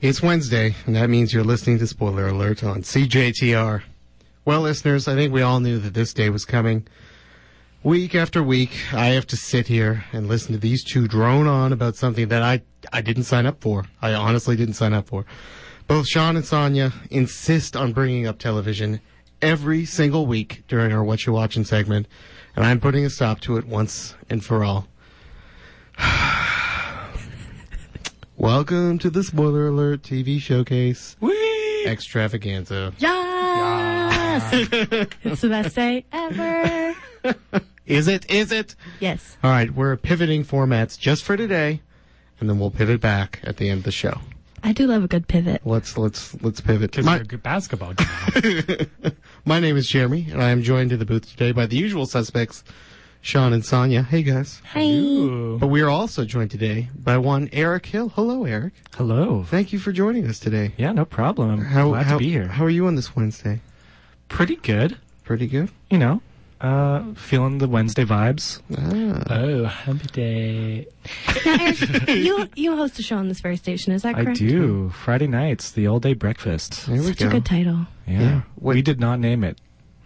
It's Wednesday, and that means you're listening to Spoiler Alert on CJTR. Well, listeners, I think we all knew that this day was coming. Week after week, I have to sit here and listen to these two drone on about something that I, I didn't sign up for. I honestly didn't sign up for. Both Sean and Sonia insist on bringing up television every single week during our What You Watching segment, and I'm putting a stop to it once and for all. Welcome to the Spoiler Alert TV Showcase Extravaganza. Yes! it's the best day ever. Is it? Is it? Yes. All right, we're pivoting formats just for today, and then we'll pivot back at the end of the show. I do love a good pivot. Let's let's let's pivot. Because My, they're good basketball game. my name is Jeremy, and I am joined in the booth today by the usual suspects, Sean and Sonia. Hey guys. Hey. Ooh. But we are also joined today by one Eric Hill. Hello, Eric. Hello. Thank you for joining us today. Yeah, no problem. I'm How glad how, to be here. How are you on this Wednesday? Pretty good, Pretty good. you know. Uh, feeling the Wednesday vibes. Ah. Oh, hump day. Now, Eric, you, you host a show on this very station, is that I correct? do. Friday nights, the all day breakfast. There we Such go. a good title. Yeah. Yeah. What- We did not name it.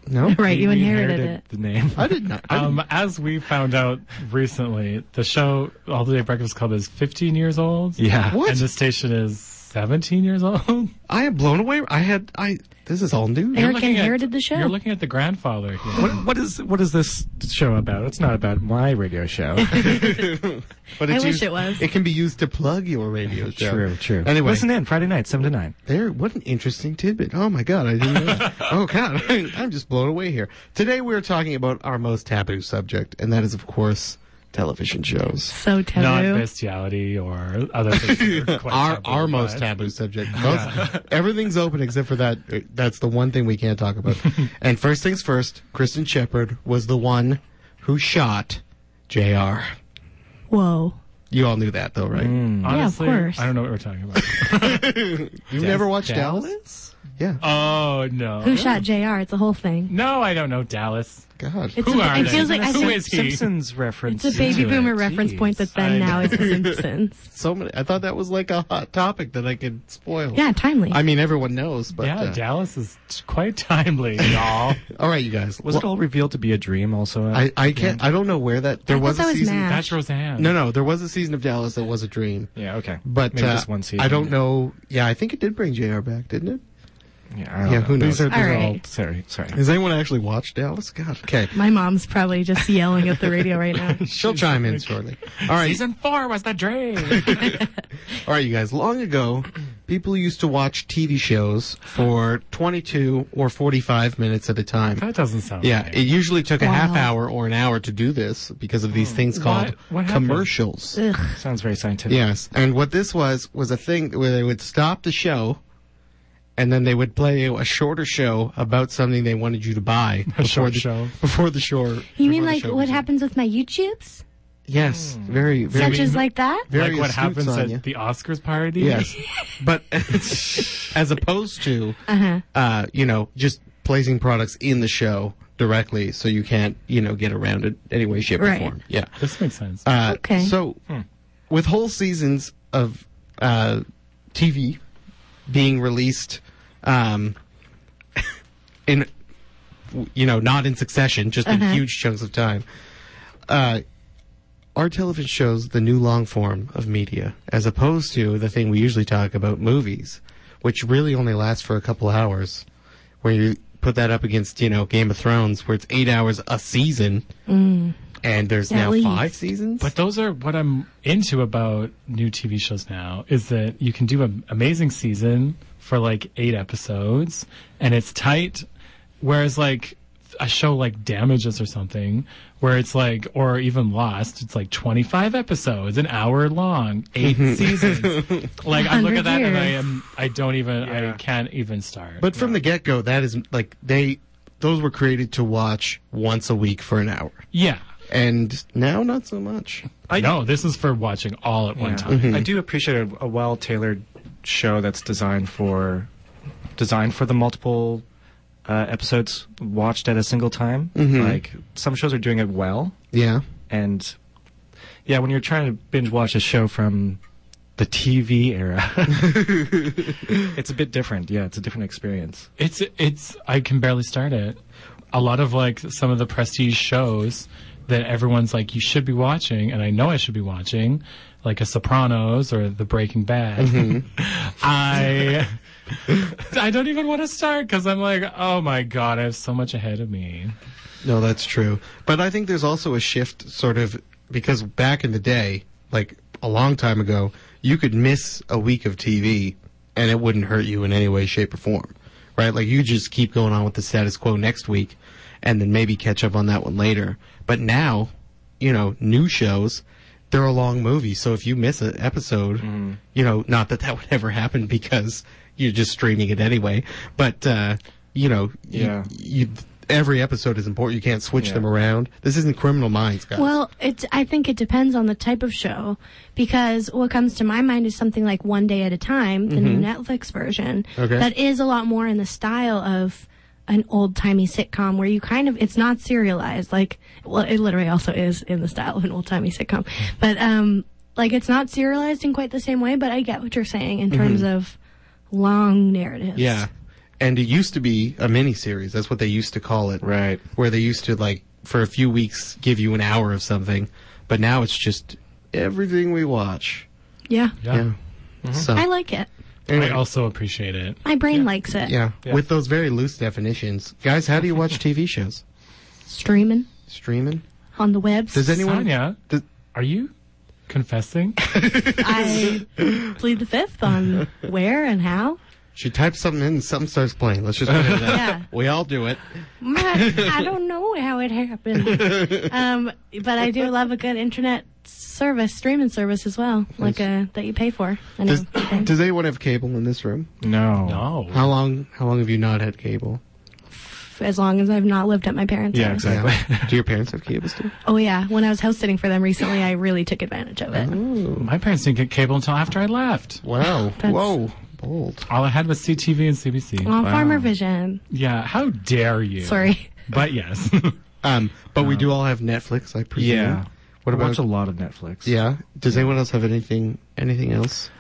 No, Right, you We inherited it. the name. I did not. I Um, as we found out recently, the show All the Day Breakfast Club is 15 years old. Yeah. What? And the station is 17 years old. I am blown away. I had I. This is all new. Eric looking at- inherited the show. You're looking at the grandfather. Here. What, what is what is this show about? It's not about my radio show. But I it's wish used- it was. It can be used to plug your radio show. True, true. Anyway, listen in Friday night, seven to nine. there. What an interesting tidbit. Oh my god, I didn't know. that. oh god, I'm just blown away here. Today we're talking about our most taboo subject, and that is, of course, television shows. so taboo. Not bestiality or other things. that are quite Our taboo, our most but- taboo subject. Most, Everything's open except for that. uh, That's the one thing we can't talk about. and first things first, Kristen Shepard was the one who shot Jr. Whoa. You all knew that though, right? Mm. Honestly, course. I don't know what we're talking about. You've never watched Dallas? Yeah. oh, no. Who shot JR? It's a whole thing. No, I don't know Dallas. God. It's Who a, are it they? feels like I Who think is he? Simpsons reference. it's a baby to boomer it. reference Jeez. point, but then I now know. it's The Simpsons. so many. I thought that was like a hot topic that I could spoil. Yeah, timely. I mean, everyone knows, but yeah, uh, Dallas is t- quite timely, y'all. all right, you guys. Was it Well, all revealed to be a dream? Also, I I can't. I don't know where that there I thought was a that was season. Matt. That's Roseanne. No, no, there was a season of Dallas that was a dream, yeah, okay, but maybe uh, just one season. I don't know. Yeah, I think it did bring Jr. back, didn't it? Yeah, I don't Yeah, know. who knows? These are, these All are right. all sorry, sorry. Has anyone actually watched Dallas? God. Okay, My mom's probably just yelling at the radio right now. she'll chime in shortly. All right, Season four was the dream. All right, you guys. Long ago, people used to watch TV shows for 22 or 45 minutes at a time. that doesn't sound Yeah, right. it usually took a half Wow. hour or an hour to do this because of these things called what happened? commercials. Ugh. Sounds very scientific. Yes, and what this was was a thing where they would stop the show, and then they would play a shorter show about something they wanted you to buy before short the show. Before the short. You mean like what happens with my YouTubes? Yes, very, very, Such as like that? very like what astute, happens Sonia. at the Oscars party. Yes, but as opposed to, Uh-huh. uh, you know, just placing products in the show directly, so you can't, you know, get around it any way, shape, or Right. form. Yeah. this makes sense. Uh, Okay. So, with whole seasons of uh, TV being released, um, in w- you know, not in succession, just in Uh-huh. huge chunks of time. Uh, our television shows the new long form of media, as opposed to the thing we usually talk about, movies, which really only lasts for a couple hours. Where you put that up against, you know, Game of Thrones, where it's eight hours a season, and there's Mm. At now least. five seasons. but those are what I'm into about new TV shows now is that you can do an amazing season for like eight episodes and it's tight. Whereas like a show like Damages or something where it's like, or even Lost, it's like 25 episodes, an hour long, 8 seasons. Like I look 100 at that and I years. am, I don't even, Yeah. I can't even start. But from the get go, that is like they those were created to watch once a week for an hour, yeah. and now not so much. I know this is for watching all at one Yeah. time. I do appreciate a, a well-tailored show that's designed for designed for the multiple uh, episodes watched at a single time. Like some shows are doing it well, Yeah, and yeah, when you're trying to binge watch a show from the TV era. it's a bit different. Yeah, it's a different experience. It's it's I can barely start it. A lot of like some of the prestige shows that everyone's like you should be watching, and I know I should be watching, like a Sopranos or the Breaking Bad. I I don't even want to start because I'm like, oh my god, I have so much ahead of me. No, that's true. But I think there's also a shift, sort of, because back in the day, like a long time ago, you could miss a week of TV and it wouldn't hurt you in any way, shape, or form, right? Like you just keep going on with the status quo next week and then maybe catch up on that one later. But now, you know, new shows, they're a long movie. So if you miss an episode, you know, not that that would ever happen because you're just streaming it anyway, but, uh, you know, you- Yeah. you every episode is important. You can't switch Yeah. them around. This isn't Criminal Minds, guys. Well, it, I think it depends on the type of show because what comes to my mind is something like One Day at a Time, the new Netflix version. Mm-hmm. Okay. That is a lot more in the style of an old timey sitcom where you kind of, it's not serialized. Like, well, it literally also is in the style of an old timey sitcom. But, um, like it's not serialized in quite the same way, but I get what you're saying in terms of long narratives. Mm-hmm. yeah, and it used to be a mini series. That's what they used to call it, Right. Where they used to like for a few weeks give you an hour of something, but now it's just everything we watch. Yeah. Yeah. Yeah. So I like it. anyway, I also appreciate it. My brain likes it. yeah, Yeah. with those very loose definitions, guys. How do you watch TV shows? Streaming Streaming? on the web. Does anyone? Sonia, Does- are you confessing? I plead the fifth on where and how. she types something in, and something starts playing. Let's just put it at that. Yeah. we all do it. I don't know how it happened. Um, but I do love a good internet service, streaming service as well, like a, that you pay for. I know. Does, does anyone have cable in this room? No. No. How long? How long have you not had cable? as long as I've not lived at my parents' Yeah, house. exactly. Yeah. Do your parents have cables too? Oh yeah, when I was house sitting for them recently, I really took advantage of it. Oh. My parents didn't get cable until after I left. Wow. That's- Whoa. Bold. All I had was CTV and CBC. On Farmer Vision. Yeah, how dare you? Sorry. But yes. Um, but we do all have Netflix, I presume. Yeah. What I about? watch a lot of Netflix. yeah. Does anyone else have anything? Anything else?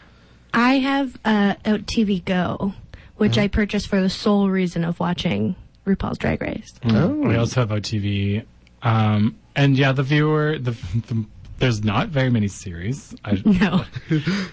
I have uh, out TV Go, which I purchased for the sole reason of watching RuPaul's Drag Race. we Oh. also have OTV. Um, and yeah, the viewer, the, the there's not very many series. I, No,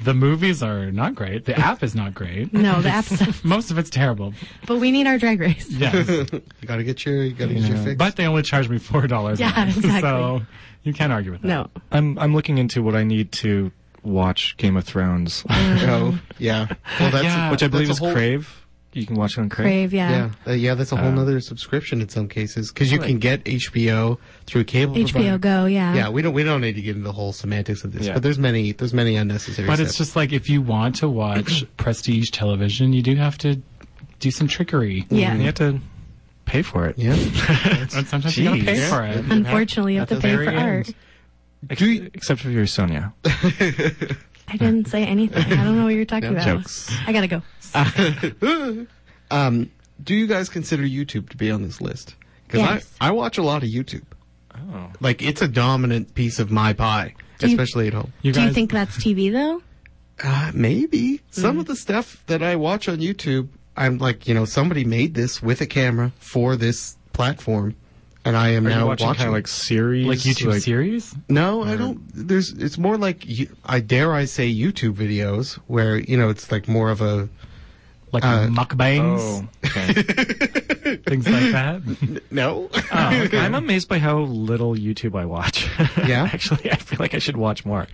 the movies are not great. The app is not great. no, that's. Most of it's terrible. But we need our drag race. Yes. You gotta get your. You gotta get your fix. but they only charge me four dollars. Yeah, exactly. So you can't argue with that. No. I'm I'm looking into what I need to watch Game of Thrones, oh, yeah. Well, that's Yeah. which I that's believe a is whole- Crave. You can watch it on Crave. Crave, yeah. Yeah, uh, yeah, that's a whole nother subscription in some cases because you can get HBO through a cable. provider. HBO Go, yeah. Yeah, we don't we don't need to get into the whole semantics of this, Yeah. but there's many there's many unnecessary. But it's steps. just like if you want to watch prestige television, you do have to do some trickery. Yeah. And you have to pay for it. yeah. And sometimes you gotta Jeez. pay for it. Unfortunately, you have to At the pay for very art. end. Ex- except if you're Sonia. I didn't say anything. I don't know what you're talking about. jokes. I gotta go. Ah, um, do you guys consider YouTube to be on this list? Because Yes. I I watch a lot of YouTube. Oh. Like it's a dominant piece of my pie, you- especially at home. You Do guys, you think that's TV though? Uh, maybe Mm-hmm. some of the stuff that I watch on YouTube, I'm like, you know, somebody made this with a camera for this platform, and I am Are now you watching, kind watching. of like series, like YouTube like- series? no, I don't. There's. It's more like you- I dare I say YouTube videos where you know it's like more of a Like Uh, mukbangs? Oh, okay. Things like that? no. Oh, I'm amazed by how little YouTube I watch. Yeah? actually, I feel like I should watch more.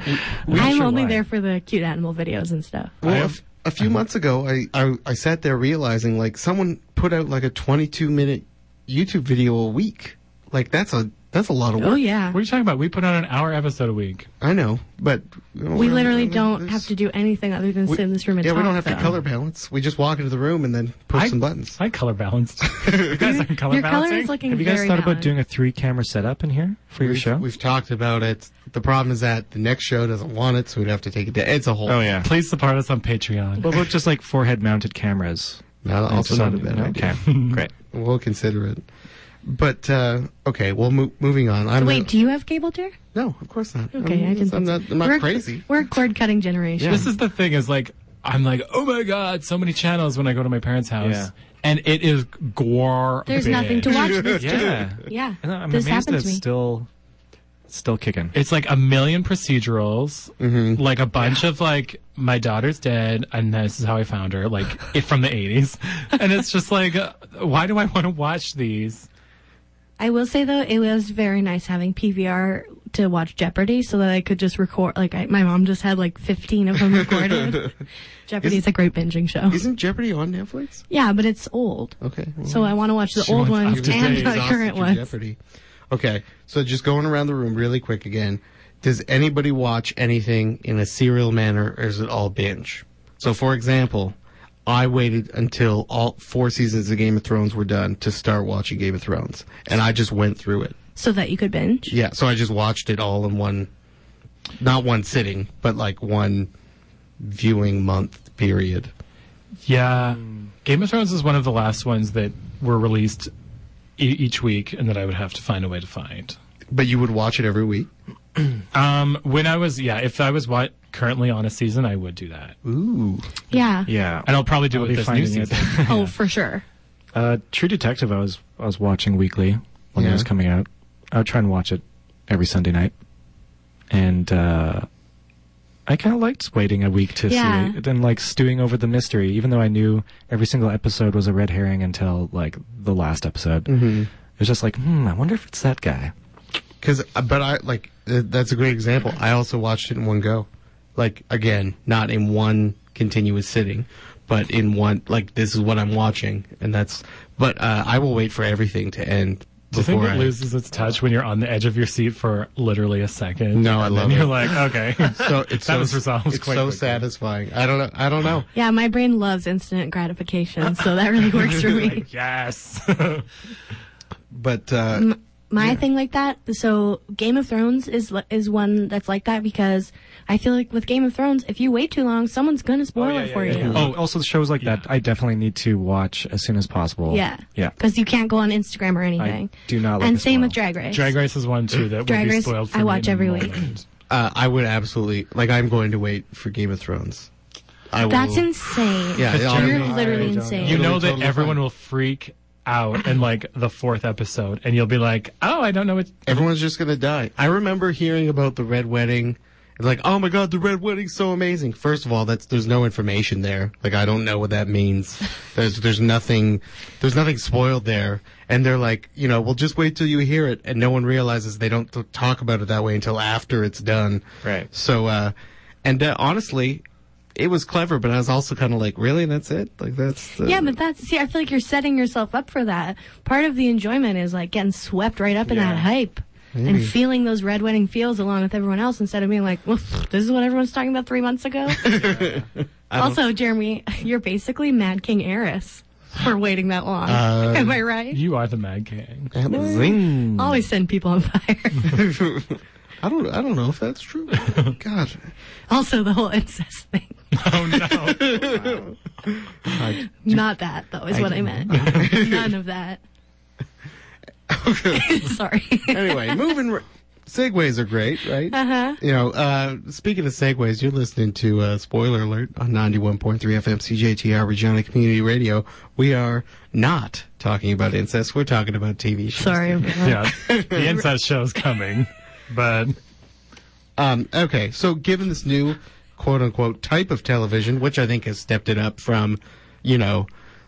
Not I'm sure only why. there for the cute animal videos and stuff. Well, I a have- Uh-huh. f- a few months ago, I, I, I sat there realizing like someone put out like a 22 minute YouTube video a week. Like that's a that's a lot of work. Oh yeah. What are you talking about? We put out an hour episode a week. I know, but We literally don't have to do anything other than sit in this room and Yeah, talk. we don't have to though. color balance. We just walk into the room and then push I- some buttons. I color balanced. you guys aren't color Your color balancing? is looking Have you guys very thought about balanced. doing a three camera setup in here for your We've, show? we've talked about it. The problem is that the next show doesn't want it, so we'd have to take it down. It's a whole. Oh, yeah. Please support us on Patreon. What about just like forehead mounted cameras? No, also Just not on- a bad idea. Okay, great. We'll consider it. But uh, okay, well, mo- moving on. I'm Wait, not- do you have cable, dear? no, of course not. Okay, I'm, I didn't. I'm think not. so. I'm not we're, crazy. We're a cord cutting generation. This is the thing is like, I'm like, oh my God, so many channels when I go to my parents' house. Yeah. And it is gore. There's nothing to watch. This Yeah. Yeah, And I'm this amazed that happened it's to me. still still kicking. It's like a million procedurals, like a bunch of like my daughter's dead, and this is how I found her, like it from the '80s, and it's just like, uh, why do I want to watch these? I will say though, it was very nice having PVR to watch Jeopardy, so that I could just record. Like I, my mom just had like 15 of them recorded. Jeopardy is a great binging show. Isn't Jeopardy on Netflix? Yeah, but it's old, Okay. well, so I want to watch the She old wants ones up-to-date and the Exhausted current from ones. Jeopardy. Okay, so just going around the room really quick again. Does anybody watch anything in a serial manner, or is it all binge? So, for example, I waited until all four seasons of Game of Thrones were done to start watching Game of Thrones, and I just went through it. so that you could binge. Yeah, so I just watched it all in one, not one sitting, but like one viewing month period. Yeah, Game of Thrones is one of the last ones that were released e- each week, and that I would have to find a way to find. But you would watch it every week. Um, when I was, yeah, if I was what currently on a season, I would do that, Ooh. Yeah. Yeah. and I'll probably do I'll it be with this new finding it. season. Oh, for sure. Uh, True Detective, I was I was watching weekly when Yeah. it was coming out. I would try and watch it every Sunday night, and uh, I kind of liked waiting a week to Yeah. see it and like stewing over the mystery, even though I knew every single episode was a red herring until like the last episode. Mm-hmm. It was just like, hmm, I wonder if it's that guy. Because, uh, but I like th- that's a great example. I also watched it in one go, like again, not in one continuous sitting, but in one like this is what I'm watching, and that's. But uh, I will wait for everything to end Do you think before it I. loses its touch when you're on the edge of your seat for literally a second? No, I and love then it. You're like, okay. so it's That so, was resolved It's quite so quickly. satisfying. I don't know. I don't know. Yeah, my brain loves instant gratification, so that really works for me. yes. But uh, Mm. my thing like that. So Game of Thrones is li- is one that's like that because I feel like with Game of Thrones, if you wait too long, someone's gonna spoil it for you. Oh, also shows like that I definitely need to watch as soon as possible. Yeah, yeah. because you can't go on Instagram or anything. do not like And to same spoil. with Drag Race. Drag Race is one too that Drag would be Race, spoiled for I me watch in the every week. moment. uh, I would absolutely like. I'm going to wait for Game of Thrones. I That's will. insane. Yeah, it'll you're be- literally I don't insane. know. You It'll know be that totally everyone fine. will freak out in like the fourth episode, and you'll be like, "Oh, I don't know what." Everyone's just gonna die. I remember hearing about the red wedding. It's like, oh my god, the red wedding's so amazing. First of all, that's there's no information there. Like I don't know what that means. There's there's nothing there's nothing spoiled there. And they're like, you know, well just wait till you hear it. And no one realizes they don't t- talk about it that way until after it's done. Right. So, uh, and uh, honestly, it was clever, but I was also kind of like, really, that's it? Like that's uh, Yeah, but that's see, I feel like you're setting yourself up for that. Part of the enjoyment is like getting swept right up in that hype. And feeling those red wedding feels along with everyone else instead of being like, well, this is what everyone's talking about three months ago. also, Jeremy, you're basically Mad King heiress for waiting that long. Uh, Uh, Am I right? You are the Mad King. am I- Always send people on fire. I don't I don't know if that's true. God, also, the whole incest thing. Oh no! I, Not that, though, is what I meant. None of that. Sorry. anyway, moving. r segues are great, right? Uh-huh. You know, uh, speaking of segues, you're listening to uh, Spoiler Alert on 91.3 FM CJTR Regina Community Radio. We are not talking about incest. We're talking about TV shows. Sorry. about yeah, the inside show's coming, but Um, okay, so given this new quote unquote type of television, which I think has stepped it up from, you know,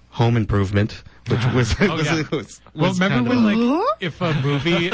home improvement, which was, was, Uh-huh. Oh, yeah. was- well, was remember kind when of- like if a movie,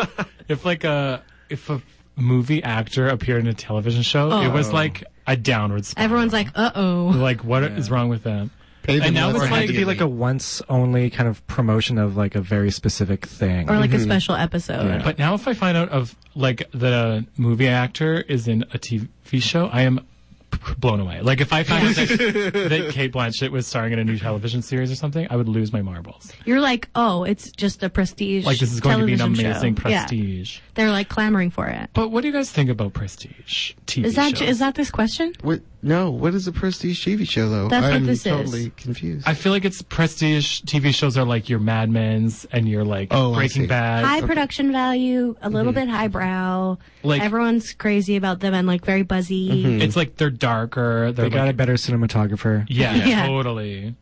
if like a if a movie actor appeared in a television show, it was like a downward spiral. Everyone's like, uh oh. like, what is wrong with them? Pay them and now less it's or It had like- to be like a once only kind of promotion of like a very specific thing. or like Mm-hmm. a special episode. Yeah. But now, if I find out of like the movie actor is in a TV show, I am p- blown away. Like if I found out that, that Kate Blanchett was starring in a new television series or something, I would lose my marbles. You're like, oh, it's just a prestige. Like this is going to be an television amazing show. Yeah. prestige. They're like clamoring for it. But what do you guys think about prestige TV Is that shows? is that this question? What? No. What is a prestige TV show though? That's what I'm this is. totally confused. I feel like it's prestige TV shows are like your Mad Men's and your like Oh, I see. Breaking Bad. High production value, a little bit highbrow. Mm-hmm. Like- Mm-hmm. everyone's crazy about them and like very buzzy. It's like they're darker. They're They got a like, better cinematographer. yeah, Yeah. totally.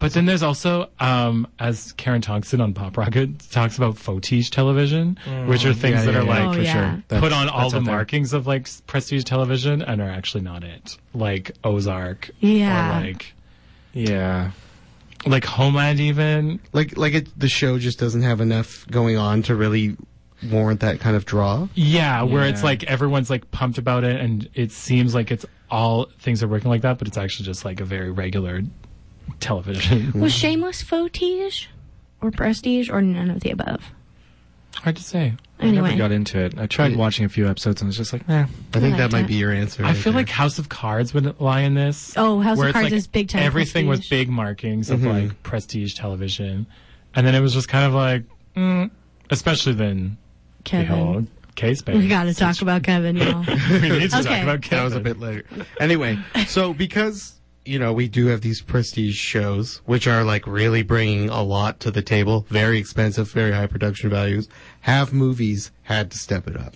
But then there's also, um, as Karen Thompson on Pop Rocket talks about fautige television, which are things Mm. Yeah, that yeah, are yeah, like Oh, yeah. put on all that's the out there. markings of like s- prestige television and are actually not it. Like Ozark. Yeah. Or like, Yeah. like Homeland even. like like it, the show just doesn't have enough going on to really warrant that kind of draw. Yeah, where it's Yeah. like everyone's like pumped about it and it seems like it's all things are working like that, but it's actually just like a very regular television. Was Shameless fautige or prestige or none of the above? Hard to say. Anyway, I never got into it. I tried watching a few episodes and was just like, nah. I think I like that might that. be your answer. I right feel there. like House of Cards would lie in this. Oh, House of where it's, Cards like, is big time Everything with prestige. big markings Mm-hmm. of like prestige television, and then it was just kind of like, mm, especially then Kevin. behold, case We Banks. got to talk about Kevin, y'all. we need to Okay. talk about that was a Kevin. bit later. Anyway, so because you know we do have these prestige shows, which are like really bringing a lot to the table, very expensive, very high production values. Have movies had to step it up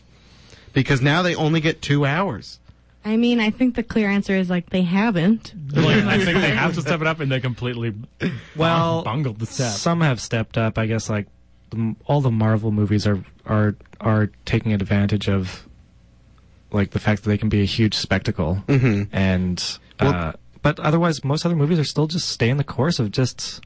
because now they only get two hours. I mean, I think the clear answer is like they haven't. Like, I think they have to step it up, and they completely Well, bungled the step. Some have stepped up. I guess like the, all the Marvel movies are are are taking advantage of like the fact that they can be a huge spectacle. Mm-hmm. And uh, but otherwise, most other movies are still just staying the course of just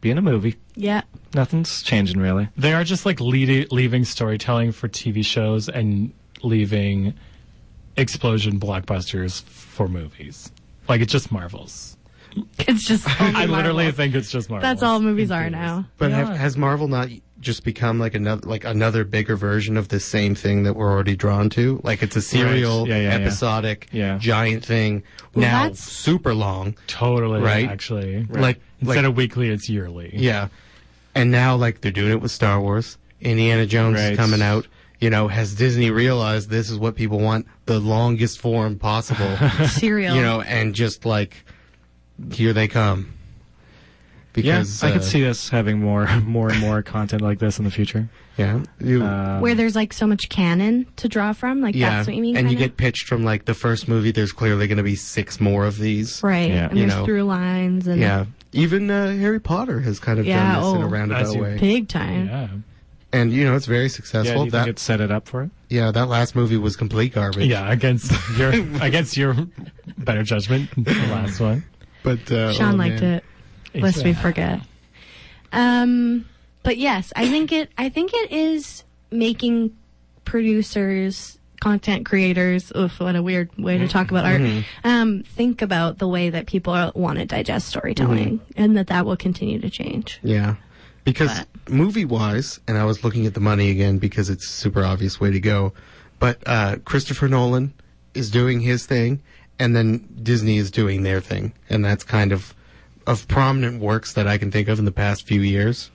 being a movie. Yeah. Nothing's changing really. They are just like lead- leaving storytelling for TV shows and leaving explosion blockbusters for movies. Like it's just Marvels. It's just. I only literally Marvel. think it's just Marvels. That's all movies in are theaters. now. But They have, are. has Marvel not just become like another like another bigger version of this same thing that we're already drawn to? Like it's a serial, Yeah, yeah, yeah. episodic, Yeah. giant thing. Well, now that's- super long. Totally, Right? Actually, Like instead like, of weekly, it's yearly. Yeah. And now, like, they're doing it with Star Wars. Indiana Jones is Right. coming out. You know, has Disney realized this is what people want? The longest form possible. Serial. you know, and just like, here they come. Because, I uh, could see us having more more and more content like this in the future. Yeah. You, Um, where there's like so much canon to draw from. Like yeah. that's what you mean. and you kinda? get pitched from, like, the first movie, there's clearly going to be six more of these. right. Yeah. and you there's know. through lines and Yeah. Even uh, Harry Potter has kind of Yeah, done this in oh. a roundabout As you- way. big time. yeah, And, you know, it's very yeah, successful. do you that, think it set it up for it? yeah, that last movie was complete garbage. yeah. Against your against your better judgment, the last one. uh, But, uh, Sean oh, liked man. it. Lest we Yeah. forget. Um, but yes, I think it. I think it is making producers, content creators. Oof, what a weird way to talk about art. Um, think about the way that people are, want to digest storytelling, and that that will continue to change. Yeah. Because But- movie wise, and I was looking at the money again because it's a super obvious way to go, but uh, Christopher Nolan is doing his thing, and then Disney is doing their thing. And that's kind of of prominent works that I can think of in the past few years.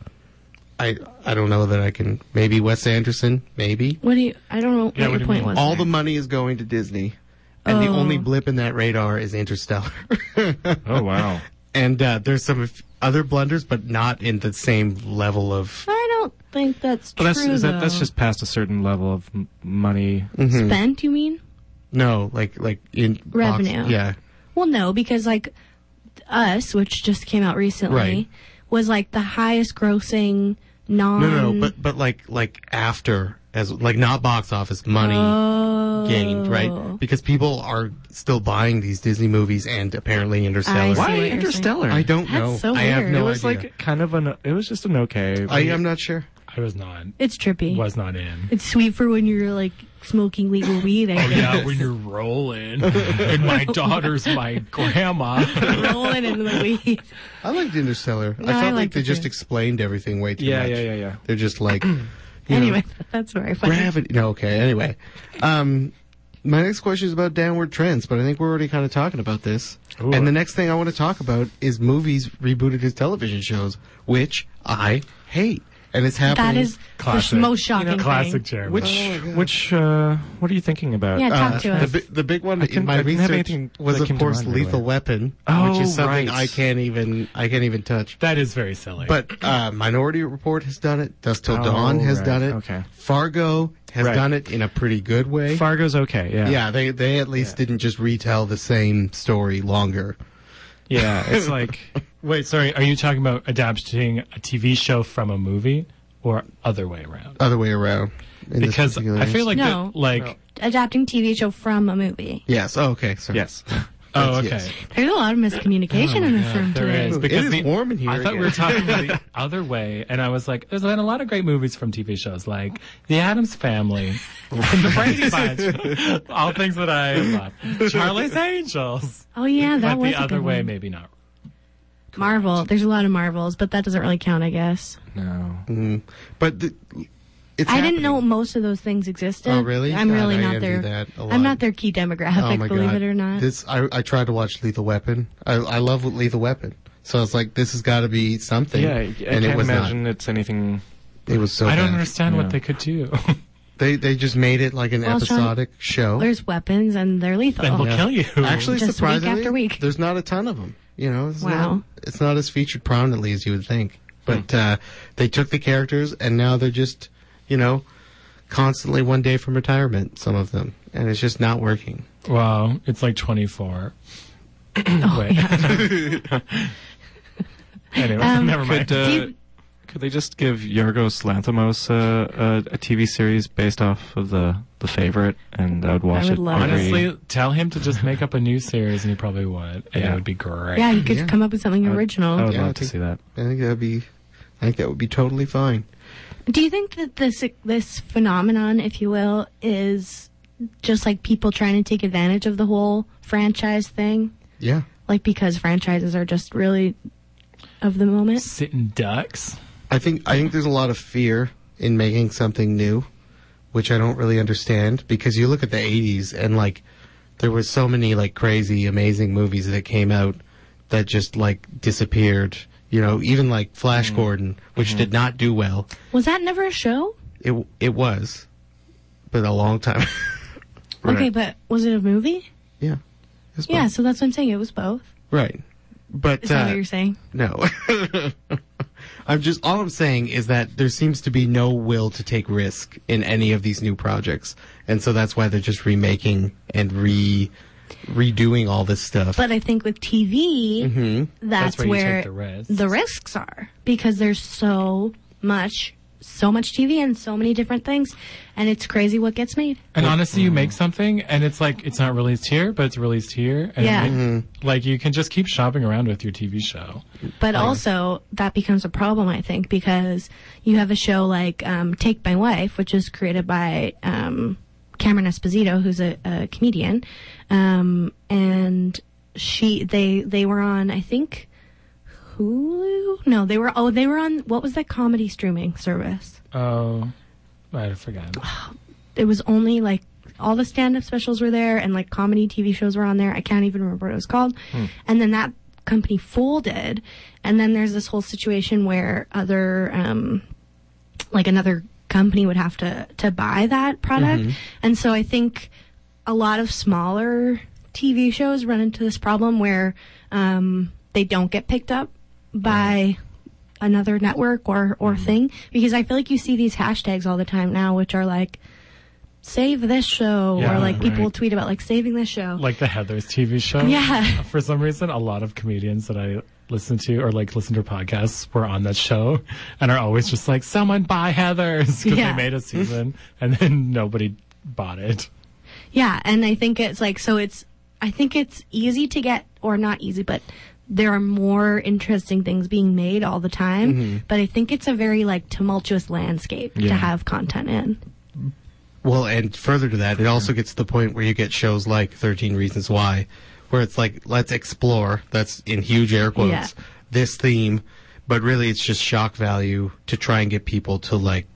I I don't know that I can. Maybe Wes Anderson, maybe. What do you? I don't know Yeah, what what your do you point mean? was. All the money is going to Disney, and the Oh. only blip in that radar is Interstellar. Oh wow. and uh, there's some f- other blunders, but not in the same level of. I don't think that's true. Well, that's is that, that's though. just past a certain level of m- money. spent. You mean? No, like like in box- Revenue. yeah, Well, no, because like Us, which just came out recently, Right. was like the highest grossing non. no, no, no, but but like like after as like not box office money oh, gained, right? Because people are still buying these Disney movies and apparently I Interstellar. see. Why? what you're Interstellar? I don't That's know. so I have weird. no it was idea. like kind of an. It was just an okay. I am not sure. I was not. It's trippy. Was not in. Oh, It's sweet for when you're like smoking legal weed. Oh, I guess. Yeah, when you're rolling, and my daughter's my grandma. rolling in the weed. I liked Interstellar. I No, I felt like liked they it just too. explained everything way too Yeah, much. yeah, yeah, yeah. They're just like you know, Anyway, that's very funny. gravity. No, okay. Anyway, um, my next question is about downward trends, but I think we're already kind of talking about this. Ooh. And the next thing I want to talk about is movies rebooted as television shows, which I hate, and it's happening. That is Classic. the most shocking You know, classic thing. Jeremy. Which Oh which uh, what are you thinking about? Yeah, Uh, talk to us. The, bi- the big one I couldn't- in my I didn't have research anything was, that of came to course, mind right Lethal away. Weapon, which Oh, is something right. I can't even I can't even touch. That is very silly. But uh, Minority Report has done it. Dust Till Oh, Dawn has right. done it. Okay. Fargo has Right. done it in a pretty good way. Fargo's okay. Yeah. yeah, they they at least didn't just retell the same story longer. Yeah, It's like wait, sorry, are you talking about adapting a TV show from a movie or other way around? Other way around. in this Because particular I feel like No. that, like Adapting TV show from a movie. yes. Oh, okay. Sorry. yes. oh That's okay. yes. There's a lot of miscommunication in this room there today. is. Ooh, Because it Oh, is the- warm in here. I thought again. we were talking about the other way, and I was like, there's been a lot of great movies from TV shows, like The Addams Family, The Brady Bunch, all things that I love, Charlie's Angels. Oh yeah, that but was the a other good way, one. maybe not. Marvel. There's a lot of Marvels, but that doesn't really count, I guess. No. but the, it's I didn't happening. know most of those things existed. Oh, really? I'm God, really I not envy their. that a lot. I'm not their key demographic, Oh my believe god! it or not. This I I tried to watch Lethal Weapon. I I love Lethal Weapon. So it's like this has got to be something. Yeah, I, I and can't it was imagine it's anything. Not. It was so. I don't bad. understand Yeah. what they could do. They they just made it like an Well, I was trying- episodic show. There's weapons and they're lethal. then we'll Yeah. kill you. Actually, Just week surprisingly, after week. there's not a ton of them. You know, it's Wow. Not, it's not as featured prominently as you would think. Hmm. But uh, they took the characters, and now they're just, you know, constantly one day from retirement. Some of them, and it's just not working. wow, it's like 24. Oh, Wait. anyway, Um, never mind. Could uh, Do you- could they just give Yorgos Lanthimos a, a, a TV series based off of the the favorite, and I would watch I would it. love it. every- Honestly, tell him to just make up a new series, and he probably would, and Yeah. it would be great. yeah, you could Yeah. come up with something I would- original. I would Yeah, I love to think- see that. I think that'd be, I think that would be totally fine. Do you think that this this phenomenon, if you will, is just like people trying to take advantage of the whole franchise thing? Yeah. Like because franchises are just really of the moment. Sitting ducks. I think I think there's a lot of fear in making something new, which I don't really understand because you look at the 80s and like there were so many like crazy amazing movies that came out that just like disappeared. You know, even like Flash Gordon, which did not do well. Was that never a show? It it was, but a long time. Okay, but was it a movie? yeah. It's Yeah, both. so that's what I'm saying. It was both. Right. But Is that uh, what you're saying? No. I'm just all I'm saying is that there seems to be no will to take risk in any of these new projects. And so that's why they're just remaking and re redoing all this stuff. But I think with TV, that's, Mm-hmm. That's where you where, take the risks. the risks are because there's so much, so much TV and so many different things, and it's crazy what gets made. And honestly, you make something, and it's like it's not released here, but it's released here. And Yeah. like, like, you can just keep shopping around with your TV show. But also that becomes a problem, I think, because you have a show like um, Take My Wife, which is created by um, Cameron Esposito, who's a, a comedian, um, and she they they were on I think Hulu. No, they were oh they were on what was that comedy streaming service? Oh, I forgot. It was only like all the stand up specials were there and like comedy TV shows were on there. I can't even remember what it was called. And then that company folded. And then there's this whole situation where other, um, like another company would have to, to buy that product. And so I think a lot of smaller TV shows run into this problem where, um, they don't get picked up by another network or, or Mm-hmm. thing because I feel like you see these hashtags all the time now, which are like, save this show Yeah, or like people right. tweet about like saving this show. Like the Heather's TV show. Yeah. For some reason, a lot of comedians that I listen to or like listen to podcasts were on that show and are always just like, someone buy Heather's because Yeah. they made a season and then nobody bought it. Yeah, and I think it's like so it's I think it's easy to get or not easy, but there are more interesting things being made all the time. Mm-hmm. But I think it's a very like tumultuous landscape to Yeah. have content in. Well, and further to that, it also gets to the point where you get shows like 13 Reasons Why, where it's like, let's explore, that's in huge air quotes, Yeah. this theme, but really it's just shock value to try and get people to like,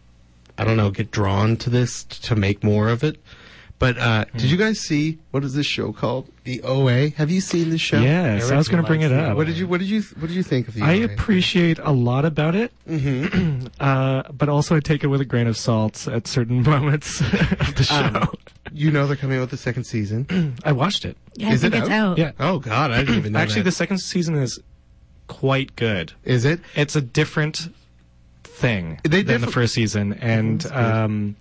I don't know, get drawn to this t- to make more of it. But uh, did you guys see what is this show called? The OA. Have you seen this show? Yes, I was going to bring it likes that. up. What did you What did you What did you think of the? I OA? appreciate a lot about it, Mm-hmm. uh, but also I take it with a grain of salt at certain moments of the show. Um, you know they're coming out with the second season. I watched it. Yeah, Is I think it it's out? out. Yeah. oh God, I didn't even know. Actually, the that. second season is quite good. is it. It's a different thing They than the defi- first season, and um,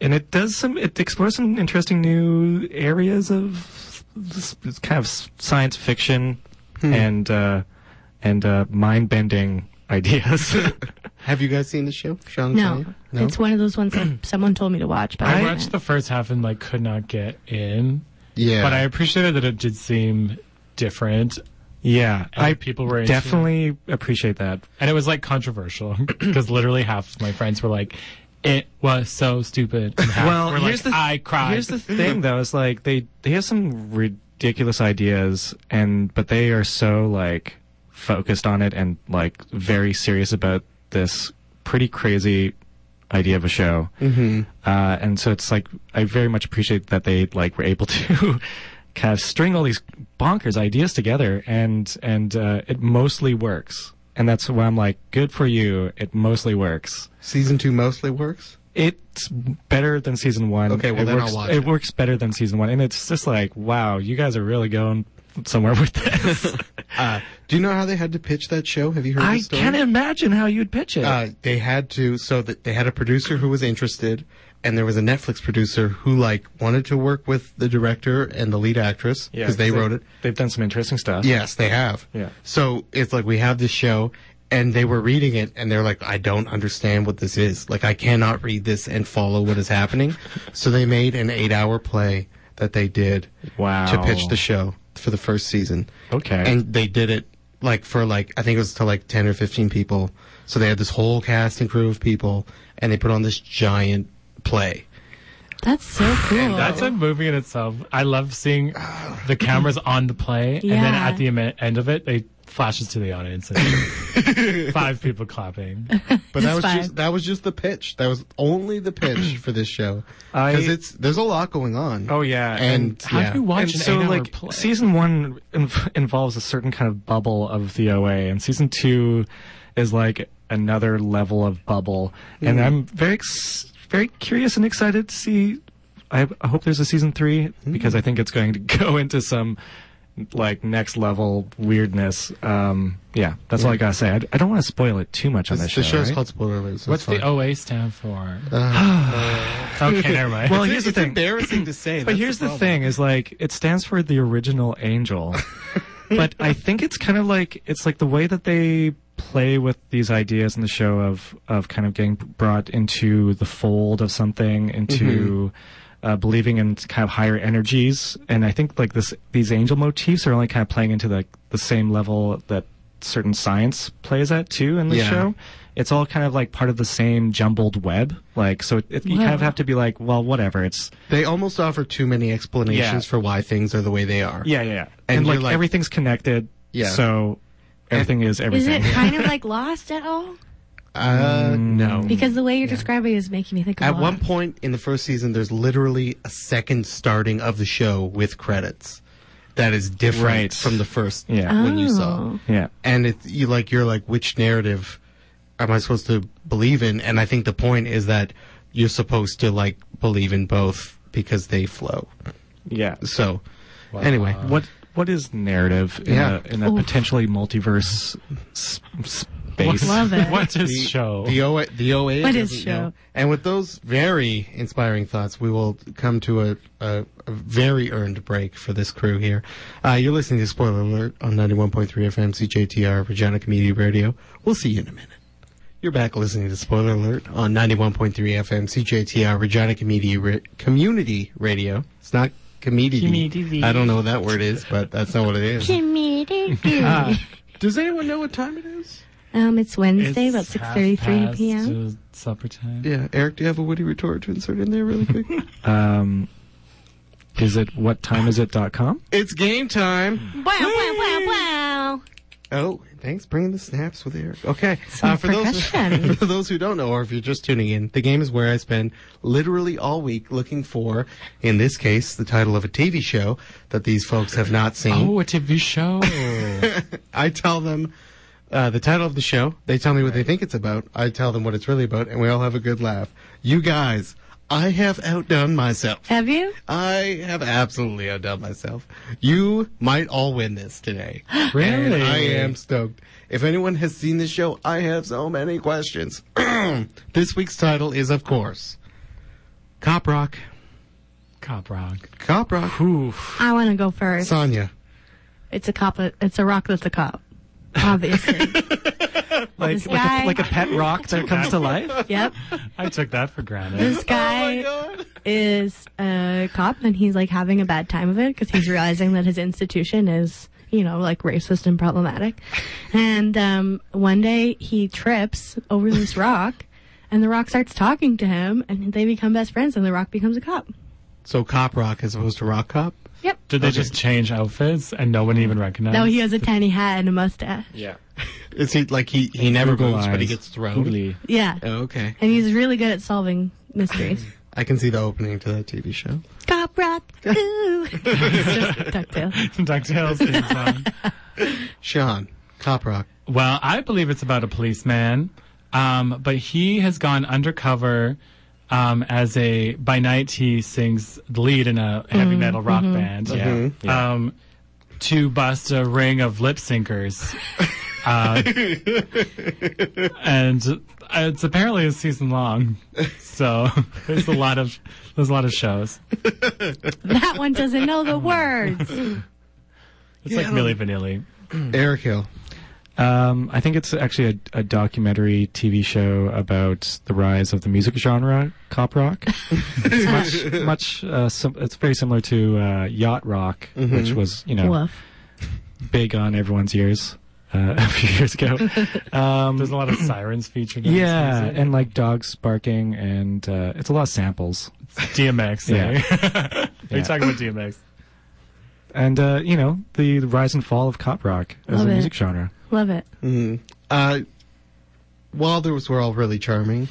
and it does some. It explores some interesting new areas of this, this kind of s- science fiction and uh, and uh, mind bending ideas. Have you guys seen the show, Sean? and No, Tanya? it's one of those ones that someone told me to watch. But I I, watched the first half and like could not get in, Yeah, but I appreciated that it did seem different, yeah, I I people were into it. definitely appreciate that. and it was like controversial because literally half of my friends were like, "It was so stupid." And half Well, were here's like, the "I cried." here's the thing though. It's like they they have some ridiculous ideas, and but they are so like focused on it and like very serious about this pretty crazy idea of a show. Mm-hmm. Uh, and so it's like I very much appreciate that they like were able to kind of string all these bonkers ideas together, and and uh, it mostly works. And that's why I'm like, good for you. It mostly works. season two mostly works. It's better than season one. Okay, well, it then I'll works, watch it, it. works better than season one, and it's just like, wow, you guys are really going somewhere with this. Uh, do you know how they had to pitch that show? Have you heard? I the story? can't imagine how you'd pitch it. Uh, they had to, so that they had a producer who was interested, and there was a Netflix producer who like wanted to work with the director and the lead actress because they wrote it. They've done some interesting stuff. Yes, they have. Yeah. So it's like we have this show, and they were reading it, and they're like, I don't understand what this is. Like, I cannot read this and follow what is happening. so they made an eight-hour play that they did Wow. to pitch the show for the first season. Okay. And they did it like for like I think it was to like ten or fifteen people. So they had this whole cast and crew of people, and they put on this giant play. that's so cool. That's a movie in itself. I love seeing the cameras on the play, and then Yeah. at the em- end of it, they flashes to the audience. and Five people clapping. But that Just was five. just that was just the pitch. That was only the pitch for this show I- because it's there's a lot going on. oh yeah. and, How yeah. do you watch and an so, eight-hour like, play? season one inv- involves a certain kind of bubble of the OA, and season two is like another level of bubble. Mm. And I'm very, ex- very curious and excited to see. I, I hope there's a season three Mm. because I think it's going to go into some like next level weirdness. Um, yeah, that's all I gotta say. I, I don't want to spoil it too much on This- this the show. show's right? oh, called Spoiler Alert. So What's it's the fine. OA stand for? okay, never mind. Well, here's the thing. embarrassing to say. But here's the, thing: is like it stands for the original angel, but I think it's kind of like it's like the way that they play with these ideas in the show of of kind of getting brought into the fold of something, into uh, believing in kind of higher energies, and I think like this these angel motifs are only kind of playing into the the same level that certain science plays at too in the Yeah. show. It's all kind of like part of the same jumbled web, like so. It, it, you kind of Wow. have to be like, well, whatever. It's They almost offer too many explanations Yeah. for why things are the way they are. yeah, yeah, yeah. And And, you're like, like- everything's connected. Yeah. So everything is is it everything. kind of like Lost at all? Uh, Mm, no. Because the way you're describing it is making me think of At Lost. one point in the first season, there's literally a second starting of the show with credits. That is different Right. from the first Yeah. one you Oh. saw. yeah. And it, you like, you're like, which narrative am I supposed to believe in? And I think the point is that you're supposed to like believe in both because they flow. Yeah. So, anyway, What What is narrative in Yeah. a, in a Oof. potentially multiverse s- space? Love it. What's his the show? The OA. The OA What is doesn't show? know. And with those very inspiring thoughts, we will come to a, a, a very earned break for this crew here. Uh, you're listening to Spoiler Alert on 91.3 FM CJTR, Regina Community Radio. We'll see you in a minute. You're back listening to Spoiler Alert on 91.3 FM CJTR, Regina Community, Ra- Community Radio. It's not community. Community. I don't know what that word is, but that's not what it is. Ah. Does anyone know what time it is? um, it's Wednesday about It's half 6:33 past p.m. to Supper time. Yeah, Eric, do you have a witty retort to insert in there really quick? Um, is it what time is it dot com? It's game time. Wow! Wow! Wow! Wow! Oh, Thanks, bringing the snaps with Eric. Okay, uh, for those percussion. for those who don't know, or if you're just tuning in, the game is where I spend literally all week looking for, in this case, the title of a TV show that these folks have not seen. Oh, a TV show. I tell them uh, the title of the show. They tell me what they think it's about. I tell them what it's really about, and we all have a good laugh. You guys, I have outdone myself. Have you? I have absolutely outdone myself. You might all win this today. And Really? I am stoked. If anyone has seen this show, I have so many questions. this week's title is, of course, Cop Rock. Cop rock. Cop Rock. Oof. I want to go first. Sonya. It's a cop. It's a rock that's a cop. Obviously. Like, This like, guy. a, like a pet rock that comes to life. yep. I took that for granted. Oh This guy God. is a cop and he's like having a bad time of it because he's realizing that his institution is, you know, like racist and problematic. And um, one day he trips over this rock and the rock starts talking to him and they become best friends and the rock becomes a cop. So Cop Rock as opposed to Rock Cop? Yep. Did they just change outfits and no one even recognized? No, he has a tiny hat and a mustache. Yeah. Is he like he, he never Google moves, but he eyes. gets thrown? Totally. Yeah. Oh, okay. And he's really good at solving mysteries. I can see the opening to that TV show. Cop rock. Ooh. it's just DuckTales. DuckTales theme song. Sean, Cop Rock. Well, I believe it's about a policeman, um, but he has gone undercover um, as a. By night, he sings the lead in a heavy Mm-hmm, metal rock band. Yeah. Um, to bust a ring of lip syncers. Uh, and it's apparently a season long, so there's a lot of there's a lot of shows. That one doesn't know the words. It's like Milli Vanilli. Eric Hill. Um, I think it's actually a, a documentary TV show about the rise of the music genre, cop rock. it's much, much. Uh, sim- it's very similar to uh, yacht rock, Mm-hmm. which was you know Woof. big on everyone's ears uh, a few years ago. Um, There's a lot of sirens featured. In this yeah, music. and like dogs barking, and uh, it's a lot of samples. DMX. Yeah. eh? Are Yeah. you talking about DMX? and uh, you know the rise and fall of cop rock as Love a it. music genre. Love it. Uh, while those were all really charming,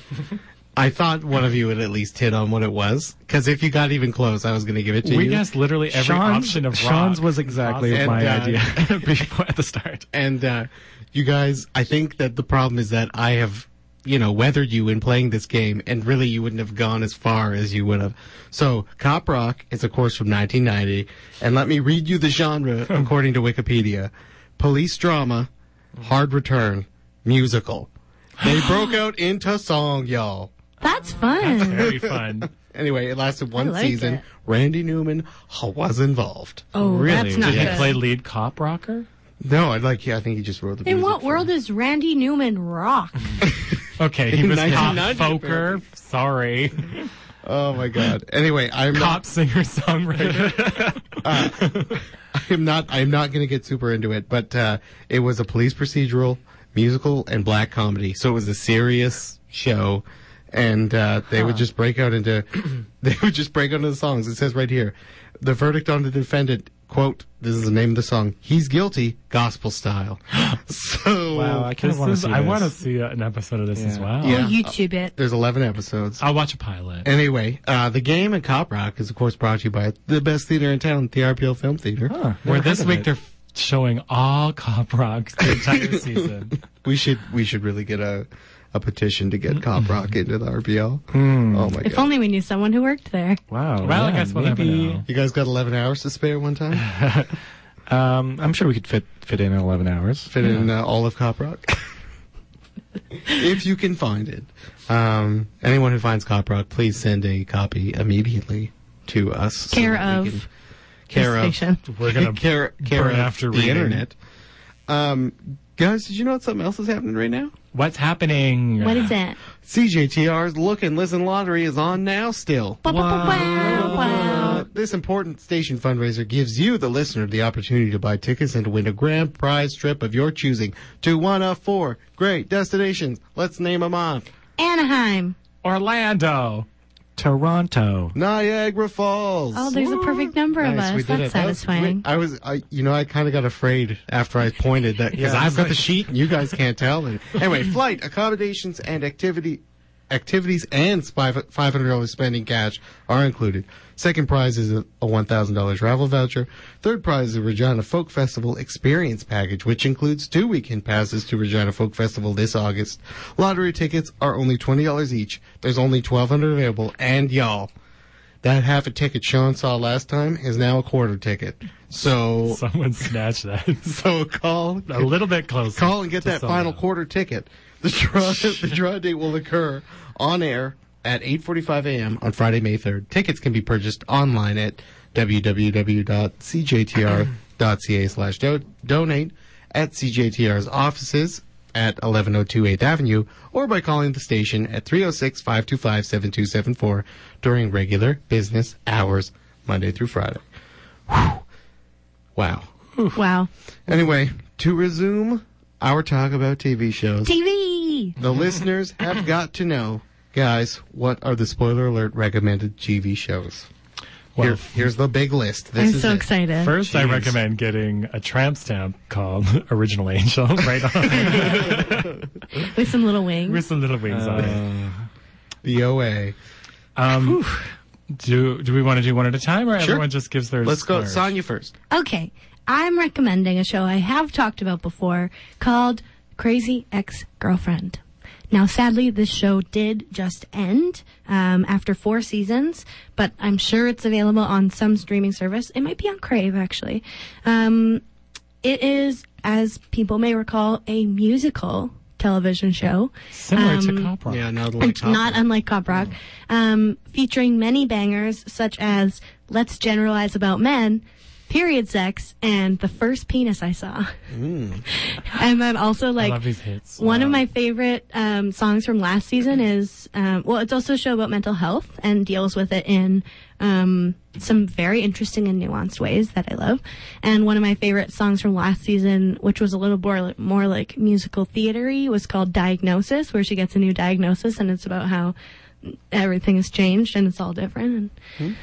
I thought one of you would at least hit on what it was. Because if you got even close, I was going to give it to We you. guessed literally every Sean's, option of rock. Sean's was exactly Awesome. my And, uh, idea before, at the start. And uh, you guys, I think that the problem is that I have, you know, weathered you in playing this game, and really you wouldn't have gone as far as you would have. So, Cop Rock is, of course, from 1990. And let me read you the genre according to Wikipedia police drama, hard return, musical. They broke out into song, y'all. That's fun. Very fun. Anyway, it lasted one like season. it. Randy Newman was involved. Oh, Really? that's not Did good. he play lead cop rocker? No, I like. Yeah, I think he just wrote the. In music what for world is Randy Newman rock? Okay, he was cop 1990, poker. Sorry, it. Oh my god. Anyway, I'm cop not. singer songwriter. I'm not. I'm not going to get super into it. But uh, it was a police procedural, musical, and black comedy. So it was a serious show, and uh, they would just break out into. They would just break out into the songs. It says right here, the verdict on the defendant. Quote: This is the name of the song. He's guilty, gospel style. so Wow, I kind This of want to is- see I this. want to see an episode of this as Yeah. well. Yeah. Oh, YouTube it. there's 11 episodes. I'll watch a pilot. Anyway, uh, the game and Cop Rock is, of course, brought to you by the best theater in town, the RPL Film Theater. Huh, Where never this heard of week it. they're f- showing all cop rock the entire season. We should we should really get a a petition to get Mm-hmm. Cop Rock into the RPL. Mm. Oh my If god! only we knew someone who worked there. Wow. Well, I yeah, guess we'll never know. You guys got 11 hours to spare one time? Um, I'm sure we could fit fit in in 11 hours. Fit in uh, all of Cop Rock. if you can find it. Um, anyone who finds Cop Rock, please send a copy immediately to us. so Care that we of can- care of. station. We're gonna care, care burn of after the reading. internet. Um, guys, did you know that something else is happening right now? What's happening? What is that? CJTR's Look and Listen Lottery is on now still. Wow. Wow. Uh, this important station fundraiser gives you, the listener, the opportunity to buy tickets and to win a grand prize trip of your choosing to one of four great destinations. Let's name them off. Anaheim. Orlando. Toronto. Niagara Falls. Oh, there's a perfect number of Nice, us. we did That's it. That was- satisfying. I was, I, you know, I kind of got afraid after I pointed that because Yeah. I've got the sheet and you guys can't tell. And anyway, flight accommodations and activity activities and five hundred dollars spending cash are included. Second prize is a, a one thousand dollars travel voucher. Third prize is a Regina Folk Festival experience package, which includes two weekend passes to Regina Folk Festival this August. Lottery tickets are only twenty dollars each. There's only twelve hundred available, and y'all. That half a ticket Sean saw last time is now a quarter ticket. So, Someone snatched that. so call, a little bit closer. call and get to that someone final else. quarter ticket. The draw, the draw date will occur on air at 8:45 a.m. on Friday, May 3rd. Tickets can be purchased online at www.cjtr.ca/donate at CJTR's offices at 1102 8th Avenue or by calling the station at 306-525-7274 during regular business hours Monday through Friday. Whew. Wow. wow. Anyway, to resume our talk about TV shows, TV. the listeners have got to know, guys, what are the spoiler alert recommended TV shows? Well, Here, here's the big list. This I'm is so it. excited. First, I Jeez. recommend getting a tramp stamp called Original Angel right on With some little wings. with some little wings on it. Uh, The OA. Um, do do we want to do one at a time, or Uh, Sure. everyone just gives their? Let's go, splurge? Sonya first. Okay, I'm recommending a show I have talked about before called Crazy Ex Girlfriend. Now, sadly, this show did just end um, after four seasons, but I'm sure it's available on some streaming service. It might be on Crave, actually. Um, it is, as people may recall, a musical television show. Similar to Um, Cop Rock. Yeah, not And not unlike Cop Rock, um, featuring many bangers such as "Let's Generalize About Men," "Period Sex," and "The First Penis I Saw." and then also like Mm. love these hits. Uh, one of Wow. my favorite um, songs from last season is um, well, it's also a show about mental health and deals with it in um, some very interesting and nuanced ways that I love. And one of my favorite songs from last season, which was a little more more like musical theatery, was called "Diagnosis," where she gets a new diagnosis, and it's about how everything has changed and it's all different. And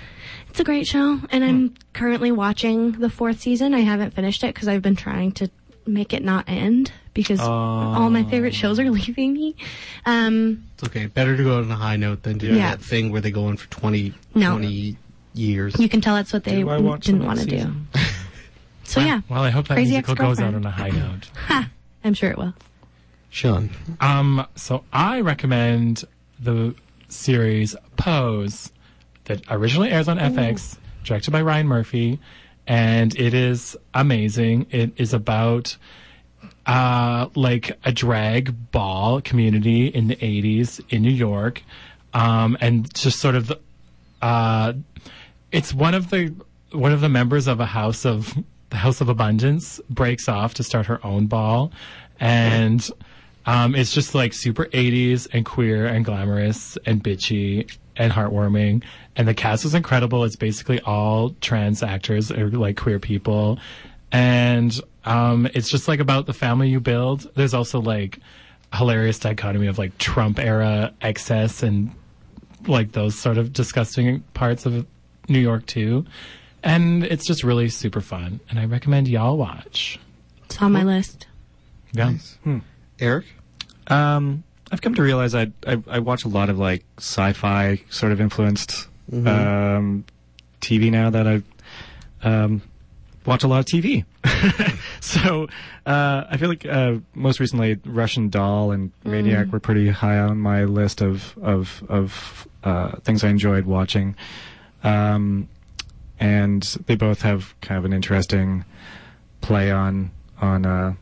it's a great show, and I'm currently watching the fourth season. I haven't finished it because I've been trying to make it not end because all my favorite shows are leaving me. Um, It's okay. Better to go on a high note than do Yeah. that thing where they go on for 20, No. 20 years. you can tell that's what they Do I watch didn't the want to do. next season? So yeah, Well, I hope that Crazy musical goes out on Ex-Girlfriend. a high note. I'm sure it will. Sean. Um, so I recommend the series Pose that originally airs on FX, directed by Ryan Murphy, and it is amazing. It is about uh, like a drag ball community in the 80s in New York, um, and just sort of the, uh, it's one of the one of the members of a house of the house of abundance breaks off to start her own ball and um, it's just like super 80s and queer and glamorous and bitchy and heartwarming and the cast was incredible it's basically all trans actors or like queer people and um, it's just like about the family you build there's also like hilarious dichotomy of like trump era excess and like those sort of disgusting parts of New York too. And it's just really super fun. And I recommend y'all watch. It's on my list. Yeah. Eric? Um, I've come to realize I, I I watch a lot of like sci-fi sort of influenced um, TV now that I um, watch a lot of TV. so uh, I feel like uh, most recently Russian Doll and Maniac were pretty high on my list of of of uh, things I enjoyed watching, um, and they both have kind of an interesting play on on. Uh,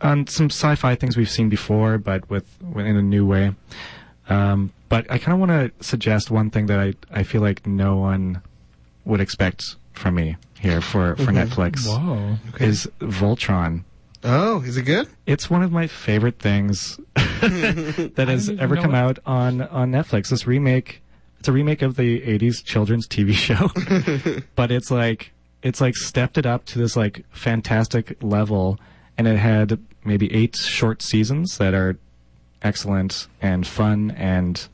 on some sci-fi things we've seen before, but with in a new way. Um, but I kind of want to suggest one thing that I I feel like no one would expect from me here for for Netflix Whoa. is Voltron. Oh, is it good? It's one of my favorite things that has even ever know come it. out on on Netflix. This remake, it's a remake of the '80s children's TV show, but it's like it's like stepped it up to this like fantastic level, and it had maybe eight short seasons that are excellent and fun and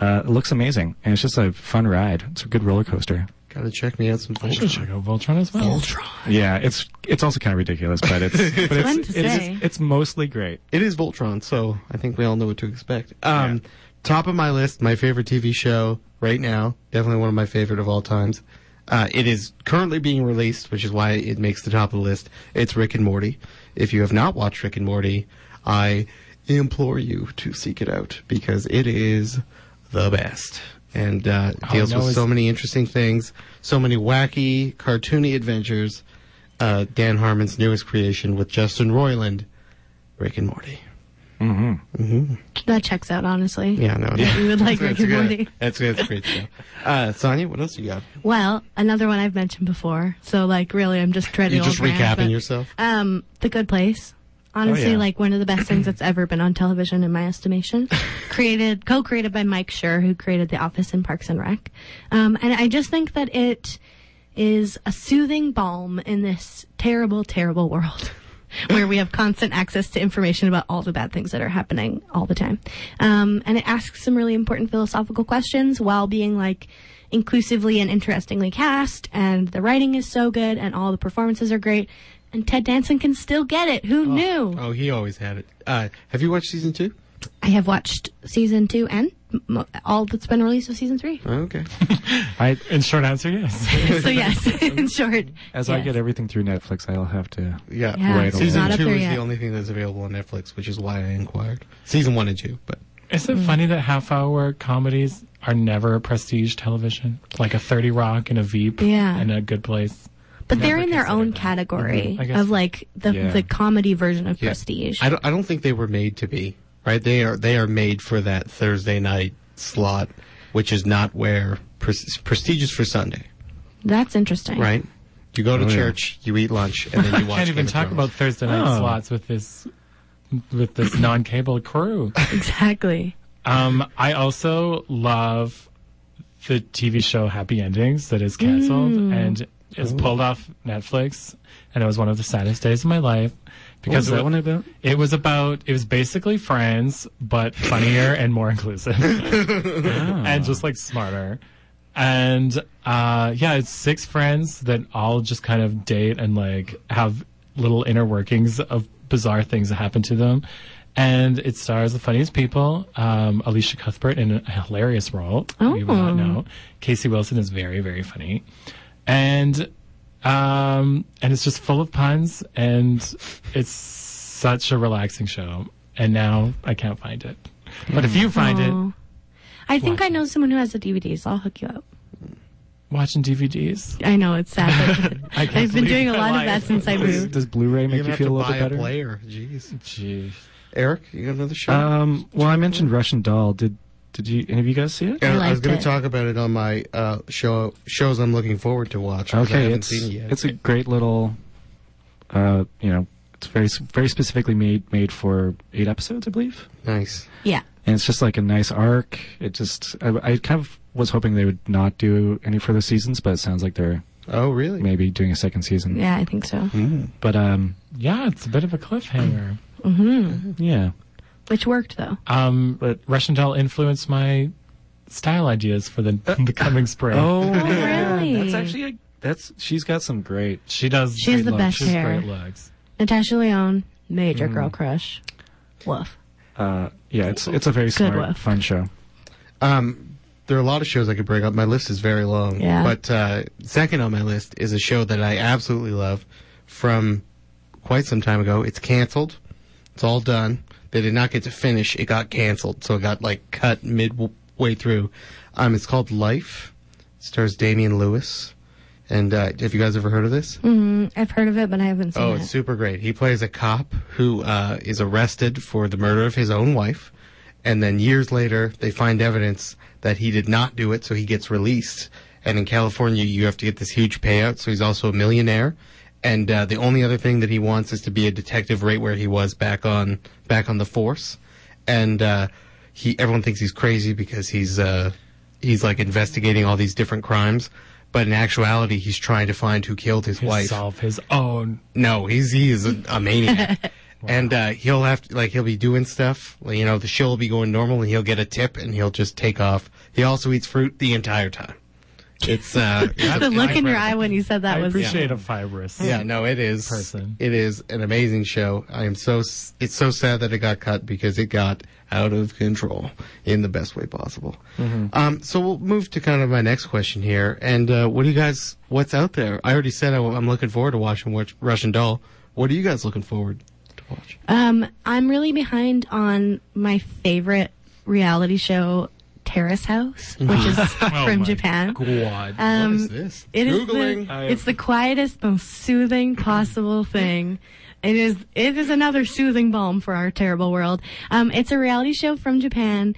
Uh, it looks amazing, and it's just a fun ride. It's a good roller coaster. Gotta check me out some I should check out Voltron as well. Voltron. Yeah, it's it's also kind of ridiculous, but it's but it's Fun to it is- say. it's mostly great. It is Voltron, so I think we all know what to expect. Um, Yeah. Top of my list, my favorite TV show right now, definitely one of my favorite of all times. Uh, it is currently being released, which is why it makes the top of the list. It's Rick and Morty. If you have not watched Rick and Morty, I implore you to seek it out because it is the best and uh, it deals no, with is- so many interesting things, so many wacky, cartoony adventures. Uh, Dan Harmon's newest creation with Justin Roiland, Rick and Morty. That checks out, honestly. Yeah, no, no. We would like Rick and Morty. That's good. That's a great show. Uh, Sonia, what else you got? Well, another one I've mentioned before. So, like, really, I'm just treading. You're old just ground, recapping but- yourself. Oh, Um, The Good Place. Honestly, yeah. like one of the best things that's ever been on television, in my estimation. created, co-created by Mike Schur, who created The Office and Parks and Rec. Um, and I just think that it is a soothing balm in this terrible, terrible world. Where we have constant access to information about all the bad things that are happening all the time. Um, and it asks some really important philosophical questions while being like inclusively and interestingly cast, and the writing is so good, and all the performances are great, and Ted Danson can still get it. Who knew? Oh, he always had it. Uh, have you watched season two? I have watched season two and m- all that's been released of season three. Oh, Okay. I In short answer, yes. so yes, in short, as I yes. get everything through Netflix, I'll have to. Yeah. Yeah, Right it's away. Season not up two there is yet. the only thing that's available on Netflix, which is why I inquired. Season one and two, but Is it funny that half hour comedies are never prestige television? Like a 30 Rock and a Veep Yeah. and a Good Place. but they're Never in their considered own that. category Mhm, I guess. of like the Yeah. the comedy version of Yeah. Prestige. I don't. I don't think they were made to be. Right? They are. They are made for that Thursday night slot, which is not where pres- prestigious for Sunday. that's interesting, Right. You go to Oh, yeah. church, you eat lunch, and then I you watch. can't even Game of talk Thrones. about Thursday night Oh. slots with this with this non-cable crew. Exactly. Um, I also love the TV show Happy Endings that is canceled and is pulled off Netflix, and it was one of the saddest days of my life because it, wa- about? it was about it was basically Friends but funnier and more inclusive and just like smarter. And uh, yeah, it's six friends that all just kind of date and like have little inner workings of bizarre things that happen to them. And it stars the funniest people, um, Alicia Cuthbert in a hilarious role. Oh. You will not know. Casey Wilson is very, very funny. And um, and it's just full of puns and it's such a relaxing show. And now I can't find it. But if you find it, Oh. I think Watch I know someone who has the DVDs. I'll hook you up. watching DVDs. I know it's sad. But I can't I've been believe doing a I lot of lied. that since I Does, moved. does Blu-ray You're make gonna you have to feel a buy little a better? player. Jeez. Jeez. Eric, you got another show? Um, well, I mentioned Russian Doll. Did did you any of you guys see it? Yeah, I, was liked going it. to talk about it on my uh, show shows I'm looking forward to watch. 'cause I Okay, haven't it's seen it yet. it's a great little, uh, you know, it's very s- very specifically made made for eight episodes, I believe, nice. Yeah. and it's just like a nice arc. It just I, I kind of was hoping they would not do any further seasons, but it sounds like they're Oh, really? Hmm. maybe doing a second season. Yeah, I think so. But um, Yeah, it's a bit of a cliffhanger. yeah, Which worked though. Um, But- Russian Doll influenced my style ideas for the the coming spring. Uh, oh, really? That's actually a, that's she's got some great. she does. She's great the looks. best She's hair. great looks. Natasha Leone, major Mm. girl crush. Woof. Uh, yeah, it's it's a very work. smart, fun show. Um, there are a lot of shows I could bring up. My list is very long. Yeah. But uh, second on my list is a show that I absolutely love from quite some time ago. It's canceled. It's all done. They did not get to finish. It got canceled, so it got like cut midway through. Um, it's called Life. It stars Damian Lewis. And uh, have you guys ever heard of this? Mm, I've heard of it, but I haven't seen Oh, it. it's super great. He plays a cop who uh, is arrested for the murder of his own wife, and then years later they find evidence that he did not do it, so he gets released. And in California, you have to get this huge payout, so he's also a millionaire. And uh, the only other thing that he wants is to be a detective right where he was back on back on the force. And uh, he everyone thinks he's crazy because he's uh, he's like investigating all these different crimes. But in actuality, he's trying to find who killed his To wife. solve his own. No, he's he is a, a maniac. And uh, he'll have to, like he'll be doing stuff. like, You know, the show will be going normal, and he'll get a tip, and he'll just take off. He also eats fruit the entire time. It's uh, The look in your eye when you said that I was appreciate a fibrous. Yeah, no, it is. Person. It is an amazing show. I am so. s- It's so sad that it got cut because it got out of control in the best way possible. Um, so we'll move to kind of my next question here. And uh, what do you guys? What's out there? I already said I, am looking forward to watching Watch- Russian Doll. What are you guys looking forward to watch? Um, I'm really behind on my favorite reality show, Terrace House, which is from Oh my Japan. God. Um, what is this? It is Googling. the, it's the quietest, most soothing possible thing. It is it is another soothing balm for our terrible world. Um, it's a reality show from Japan,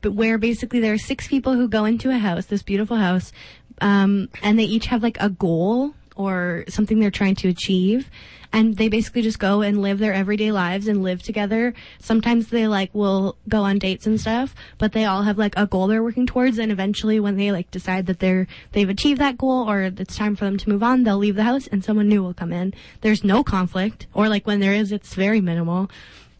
but where basically there are six people who go into a house, this beautiful house, um, and they each have like a goal or something they're trying to achieve, and they basically just go and live their everyday lives and live together. Sometimes they like will go on dates and stuff, but they all have like a goal they're working towards, and eventually when they like decide that they're they've achieved that goal or it's time for them to move on, they'll leave the house and someone new will come in. There's no conflict, or like when there is, it's very minimal.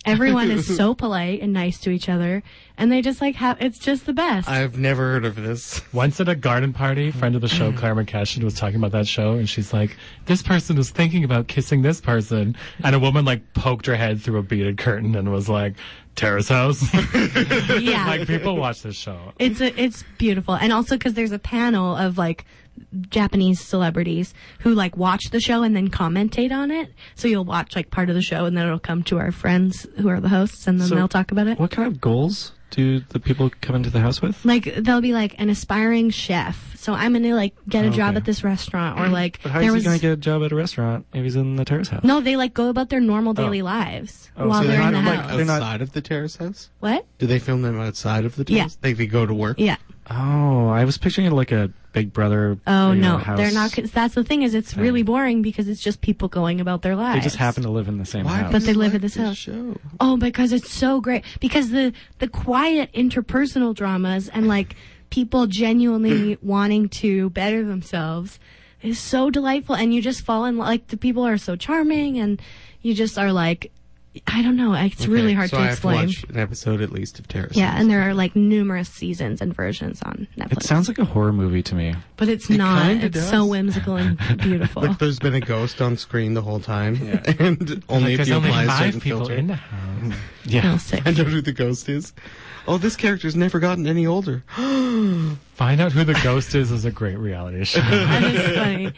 Everyone is so polite and nice to each other, and they just like have it's just the best. I've never heard of this. Once at a garden party, friend of the show, Claire McCashin, was talking about that show, and she's like, This person was thinking about kissing this person. And a woman, like, poked her head through a beaded curtain and was like, Terrace House. yeah, like, people watch this show. It's a, it's beautiful, and also because there's a panel of like Japanese celebrities who like watch the show and then commentate on it. So you'll watch like part of the show, and then it'll come to our friends who are the hosts, and then So- they'll talk about it. What kind of goals do the people come into the house with? Like they'll be like an aspiring chef, so I'm gonna like get a job Okay. at this restaurant, or like But how is he going to get a job at a restaurant if he's in the terrace house? no, they like go about their normal daily Oh. lives Oh, while so they're they're in the not, like, house. they're not- outside of the terrace house. what? Do they film them outside of the Yeah. terrace? They, they go to work. Yeah. Oh, I was picturing it like a Big Brother. Oh you know, no, house. Oh. they're not. Cause that's the thing is, it's really boring because it's just people going about their lives. They just happen to live in the same Why house. But they do you live like at this house. Show? Oh, because it's so great. Because the the quiet interpersonal dramas and like people genuinely wanting to better themselves is so delightful, and you just fall in lo- like the people are so charming, and you just are like, I don't know, it's really Okay, hard so to I explain. Have to watch an episode at least of Terrace. yeah, House. and there are like numerous seasons and versions on Netflix. It sounds like a horror movie to me. but it's not. kinda It's so does. whimsical and beautiful. Like there's been a ghost on screen the whole time, and only if There's you only apply a five certain people filter. in the house. Oh, Yeah. sick. I know who the ghost is. Oh, this character's never gotten any older. Find out who the ghost is is a great reality show. that is funny.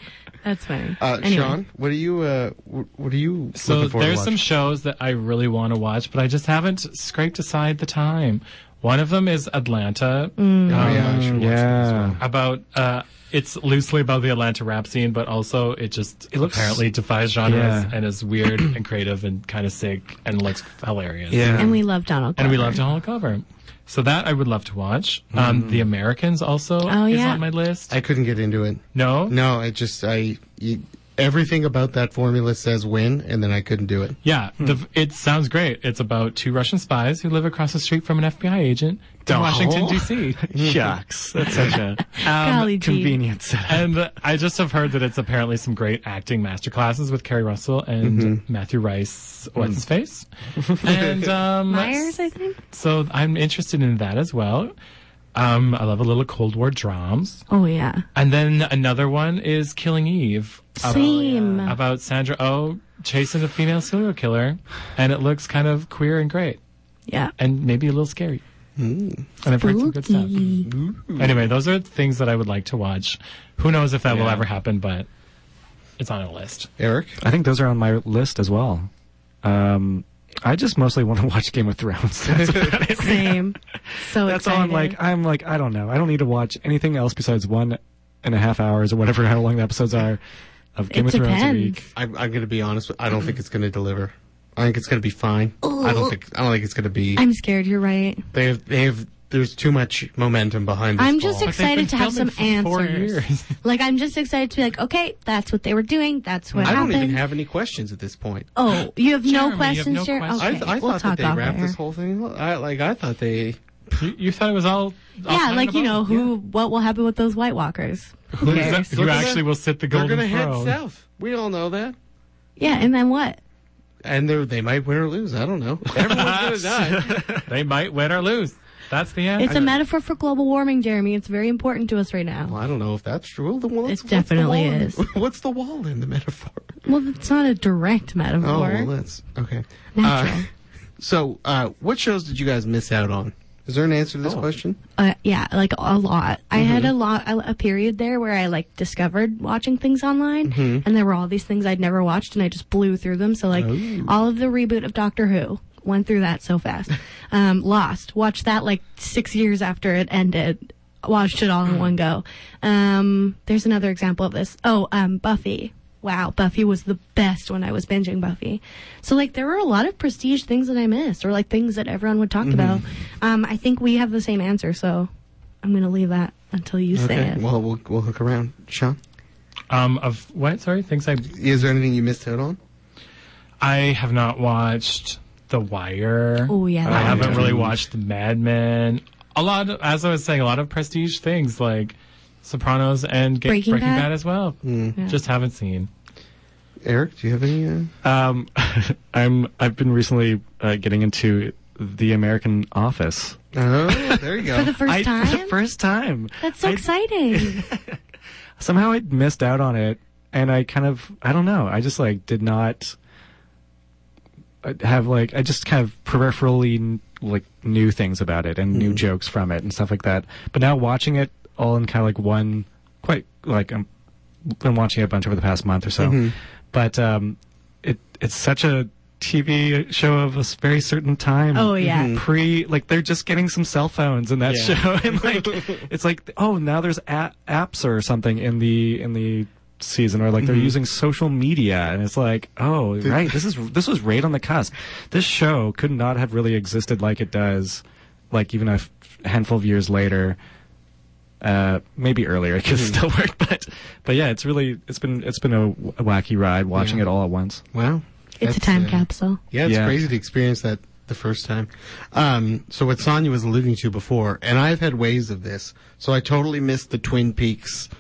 That's funny. Uh, Anyway. Sean, what are you? Uh, wh- what are you? So looking forward there's to some shows that I really want to watch, but I just haven't scraped aside the time. One of them is Atlanta. Um, oh, yeah, I should watch that as Yeah. well. about uh it's loosely about the Atlanta rap scene, but also it just looks- apparently defies genres Yeah. and is weird and creative and kind of sick and looks hilarious. Yeah. And we love Donald. And we Glover. love Donald Glover. So that I would love to watch. Um, The Americans also Oh, is yeah. on my list. I couldn't get into it. no? No, I just I you, everything about that formula says win, and then I couldn't do it. Yeah, the, it sounds great. It's about two Russian spies who live across the street from an FBI agent in No. Washington, D.C. Um, Shucks. That's such a Golly gee. convenient setup. and uh, I just have heard that it's apparently some great acting masterclasses with Carrie Russell and Matthew Rice, what's his face, and um, Myers, I think. So I'm interested in that as well. Um, I love a little Cold War drums, Oh yeah. and then another one is Killing Eve about, Same. about Sandra Oh chasing a female serial killer, and it looks kind of queer and great, Yeah. and maybe a little scary. And I've heard some good stuff. Mm-hmm. Anyway, those are things that I would like to watch. Who knows if that will Yeah. ever happen, but it's on a list. Eric, I think those are on my list as well. Um, I just mostly want to watch Game of Thrones. That's, about it. Same. So That's all I'm excited. like. uh, I'm like, I don't know. I don't need to watch anything else besides one and a half hours or whatever how long the episodes are of Game it of Thrones a depends. week. I'm, I'm going to be honest. With, I don't think it's going to deliver. I think it's going to be fine. I don't think. I don't think it's going to be. I'm scared. You're right. they have. They have. There's too much momentum behind this. I'm just ball. excited to have some filming for four answers. years. like I'm just excited to be like, okay, that's what they were doing. That's what I don't happened. even have any questions at this point. oh, you have Jeremy, you no have questions, no Jer- questions. Okay, I, I we'll thought talk that they off wrapped air. this whole thing. I, like I thought they. You, you thought it was all. all yeah, planned like you about? know who, what will happen with those White Walkers? Who Yeah. cares? Who actually will sit the golden They're gonna throne? head south. We all know that. Yeah, and then what? and they they might win or lose. I don't know. Everyone's gonna die. They might win or lose. That's the end. It's a metaphor for global warming, Jeremy. It's very important to us right now. Well, I don't know if that's true. The wall. It definitely what's is. the wall In, what's the wall in the metaphor? Well, it's not a direct metaphor. Oh, well, that's okay. Uh, Natural. so, uh, what shows did you guys miss out on? Oh. Is there an answer to this question? uh, yeah, like a lot. I had a lot, a, a period there where I like discovered watching things online, and there were all these things I'd never watched, and I just blew through them. So like all of the reboot of Doctor Who went through that so fast. um, Lost watched that like six years after it ended. Watched it all in one go. Um, there's another example of this. Oh, um, Buffy. Wow, Buffy was the best when I was binging Buffy. So like there were a lot of prestige things that I missed or like things that everyone would talk about. Um I think we have the same answer, so I'm going to leave that until you say it. Well, we'll we'll hook around, Sean. Um, of what? Sorry, things I Is there anything you missed out on? I have not watched The Wire. Oh, yeah, I that haven't one. really watched Mad Men. A lot, of, as I was saying, a lot of prestige things like Sopranos and Ga- Breaking Bad? as well. Hmm. Yeah. Just haven't seen. Eric, do you have any? Uh... Um, I'm I've been recently uh, getting into the American Office. Oh, there you go. For the first I- time? For the first time. That's so I- exciting. somehow I missed out on it, and I kind of I don't know. I just like did not uh, have like I just kind of peripherally like knew things about it and knew jokes from it and stuff like that. But now watching it all in kind of like one quite like I'm been watching it a bunch over the past month or so, Mm-hmm. but um, it it's such a TV show of a s- very certain time. Oh, yeah. Mhm. Pre like they're just getting some cell phones in that Yeah. show and like it's like oh now there's a- apps or something in the in the season or like they're using social media and it's like oh right this is this was right on the cusp this show could not have really existed like it does like even a f- handful of years later uh maybe earlier it could still work but but yeah it's really it's been it's been a, w- a wacky ride watching Yeah. it all at once wow, it's a That's, time uh, capsule. Yeah, it's Yeah. crazy to experience that the first time. Um, so what Sonia was alluding to before, and I've had waves of this. So I totally missed the Twin Peaks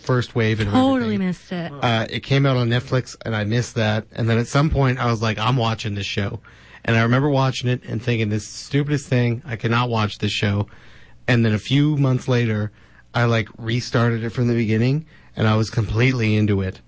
first wave and Totally everything. missed it. Uh, it came out on Netflix, and I missed that. And then at some point, I was like, I'm watching this show, and I remember watching it and thinking, this is the stupidest thing. I cannot watch this show. And then a few months later, I like restarted it from the beginning, and I was completely into it.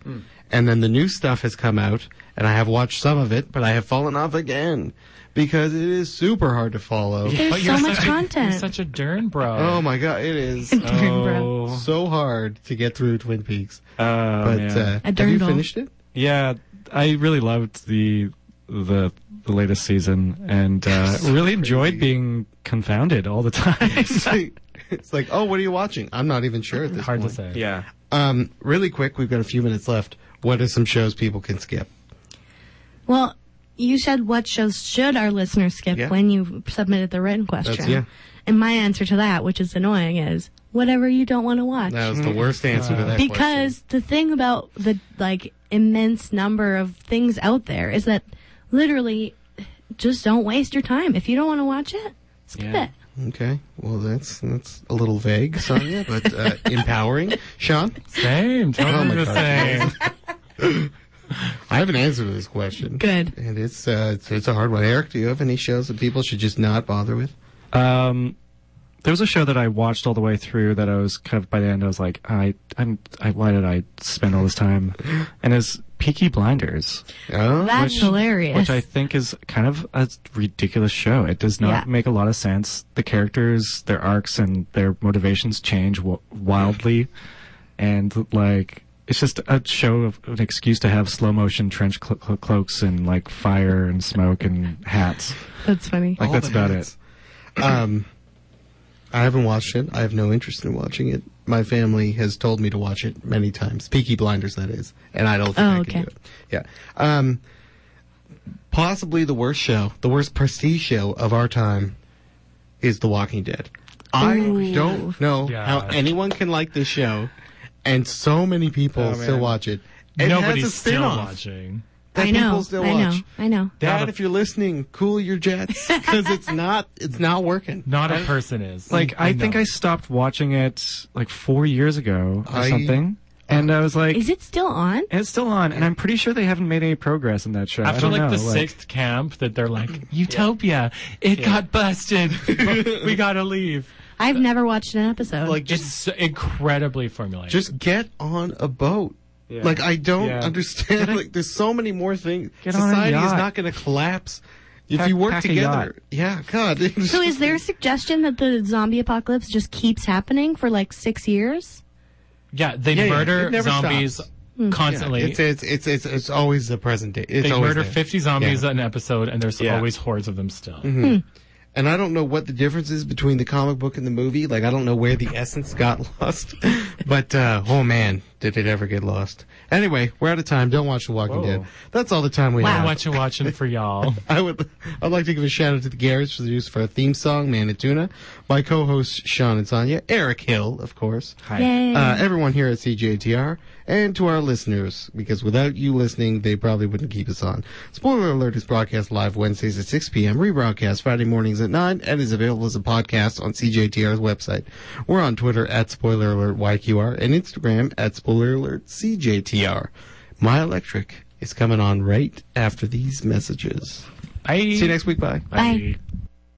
And then the new stuff has come out, and I have watched some of it, but I have fallen off again because it is super hard to follow. But There's so you're much such a- content. You're such a dern bro. Oh my god, it is Bro. Oh. so hard to get through Twin Peaks. uh But uh, A have you dirndl. finished it? yeah i really loved the the the latest season and uh really enjoyed being confounded all the time it's like, it's like, oh, what are you watching? I'm not even sure at this Hard to point. say. yeah Um, really quick, we've got a few minutes left. What are some shows people can skip? Well, you said what shows should our listeners skip Yeah. when you submitted the written question. That's- yeah. And my answer to that, which is annoying, is whatever you don't want to watch. That was the worst answer to that Uh, because the thing about the like immense number of things out there is that literally just don't waste your time if you don't want to watch it skip Yeah. it question. Okay, well that's that's a little vague, Sonia, but uh, empowering. Sean, Same. Totally Oh my the God. same. I have an answer to this question. good And it's uh, it's, it's a hard one. Eric, do you have any shows that people should just not bother with? Um, there was a show that I watched all the way through that I was kind of by the end I was like I I'm I, why did I spend all this time, and it's Peaky Blinders, Oh, that's Which- hilarious which I think is kind of a ridiculous show. It does not Yeah. make a lot of sense. The characters, their arcs, and their motivations change w- wildly, and like it's just a show of an excuse to have slow motion trench clo- clo- cloaks and like fire and smoke and hats. that's funny Like All that's the about hats. it. Um, I haven't watched it. I have no interest in watching it. My family has told me to watch it many times. Peaky Blinders, that is, and I don't think Oh, I okay. can do it. Yeah. Um, possibly the worst show, the worst prestige show of our time, is The Walking Dead. I don't know Yeah. how anyone can like this show, and so many people still watch it. It has a Nobody's still spin-off watching. that i know people still i know watch. i know Dad, if you're listening, cool your jets because it's not it's not working. Not a person is. Like I, think know. I stopped watching it like four years ago or I- something. And I was like, Is it still on? and it's still on, and I'm pretty sure they haven't made any progress in that show. I After don't like know, the sixth camp, that they're like Utopia, it got busted. we gotta leave. I've never watched an episode. Like Just just so incredibly formulaic. just get on a boat. Yeah. Like I don't Yeah. understand. like there's so many more things. Get on a Society is yacht. not going to collapse if Pack- you work pack a together. Yeah, God. so is there a suggestion that the zombie apocalypse just keeps happening for like six years? yeah, they Yeah, yeah, murder it never zombies Mm. stops. constantly. It's, it's it's it's it's always the present day. It's they always murder there. 50 zombies Yeah. an episode, and there's Yeah. Mm-hmm. always hordes of them still. And I don't know what the difference is between the comic book and the movie. Like I don't know where the essence got lost. but uh oh man, did it ever get lost? Anyway, we're out of time. Don't watch The Walking Whoa. Dead. That's all the time we Wow. have. Watch and watching for y'all. I would I'd like to give a shout out to the Garrets for the use for our theme song, Manituna, my co hosts Sean and Sonia, Eric Hill, of course. Hi. Yay. Uh, everyone here at CJTR, and to our listeners, because without you listening, they probably wouldn't keep us on. Spoiler Alert is broadcast live Wednesdays at 6 p.m., rebroadcast Friday mornings at 9, and is available as a podcast on CJTR's website. We're on Twitter at Spoiler Alert YQR and Instagram at Spoiler Alert CJTR. My Electric is coming on right after these messages. I See you next week. Bye. Bye.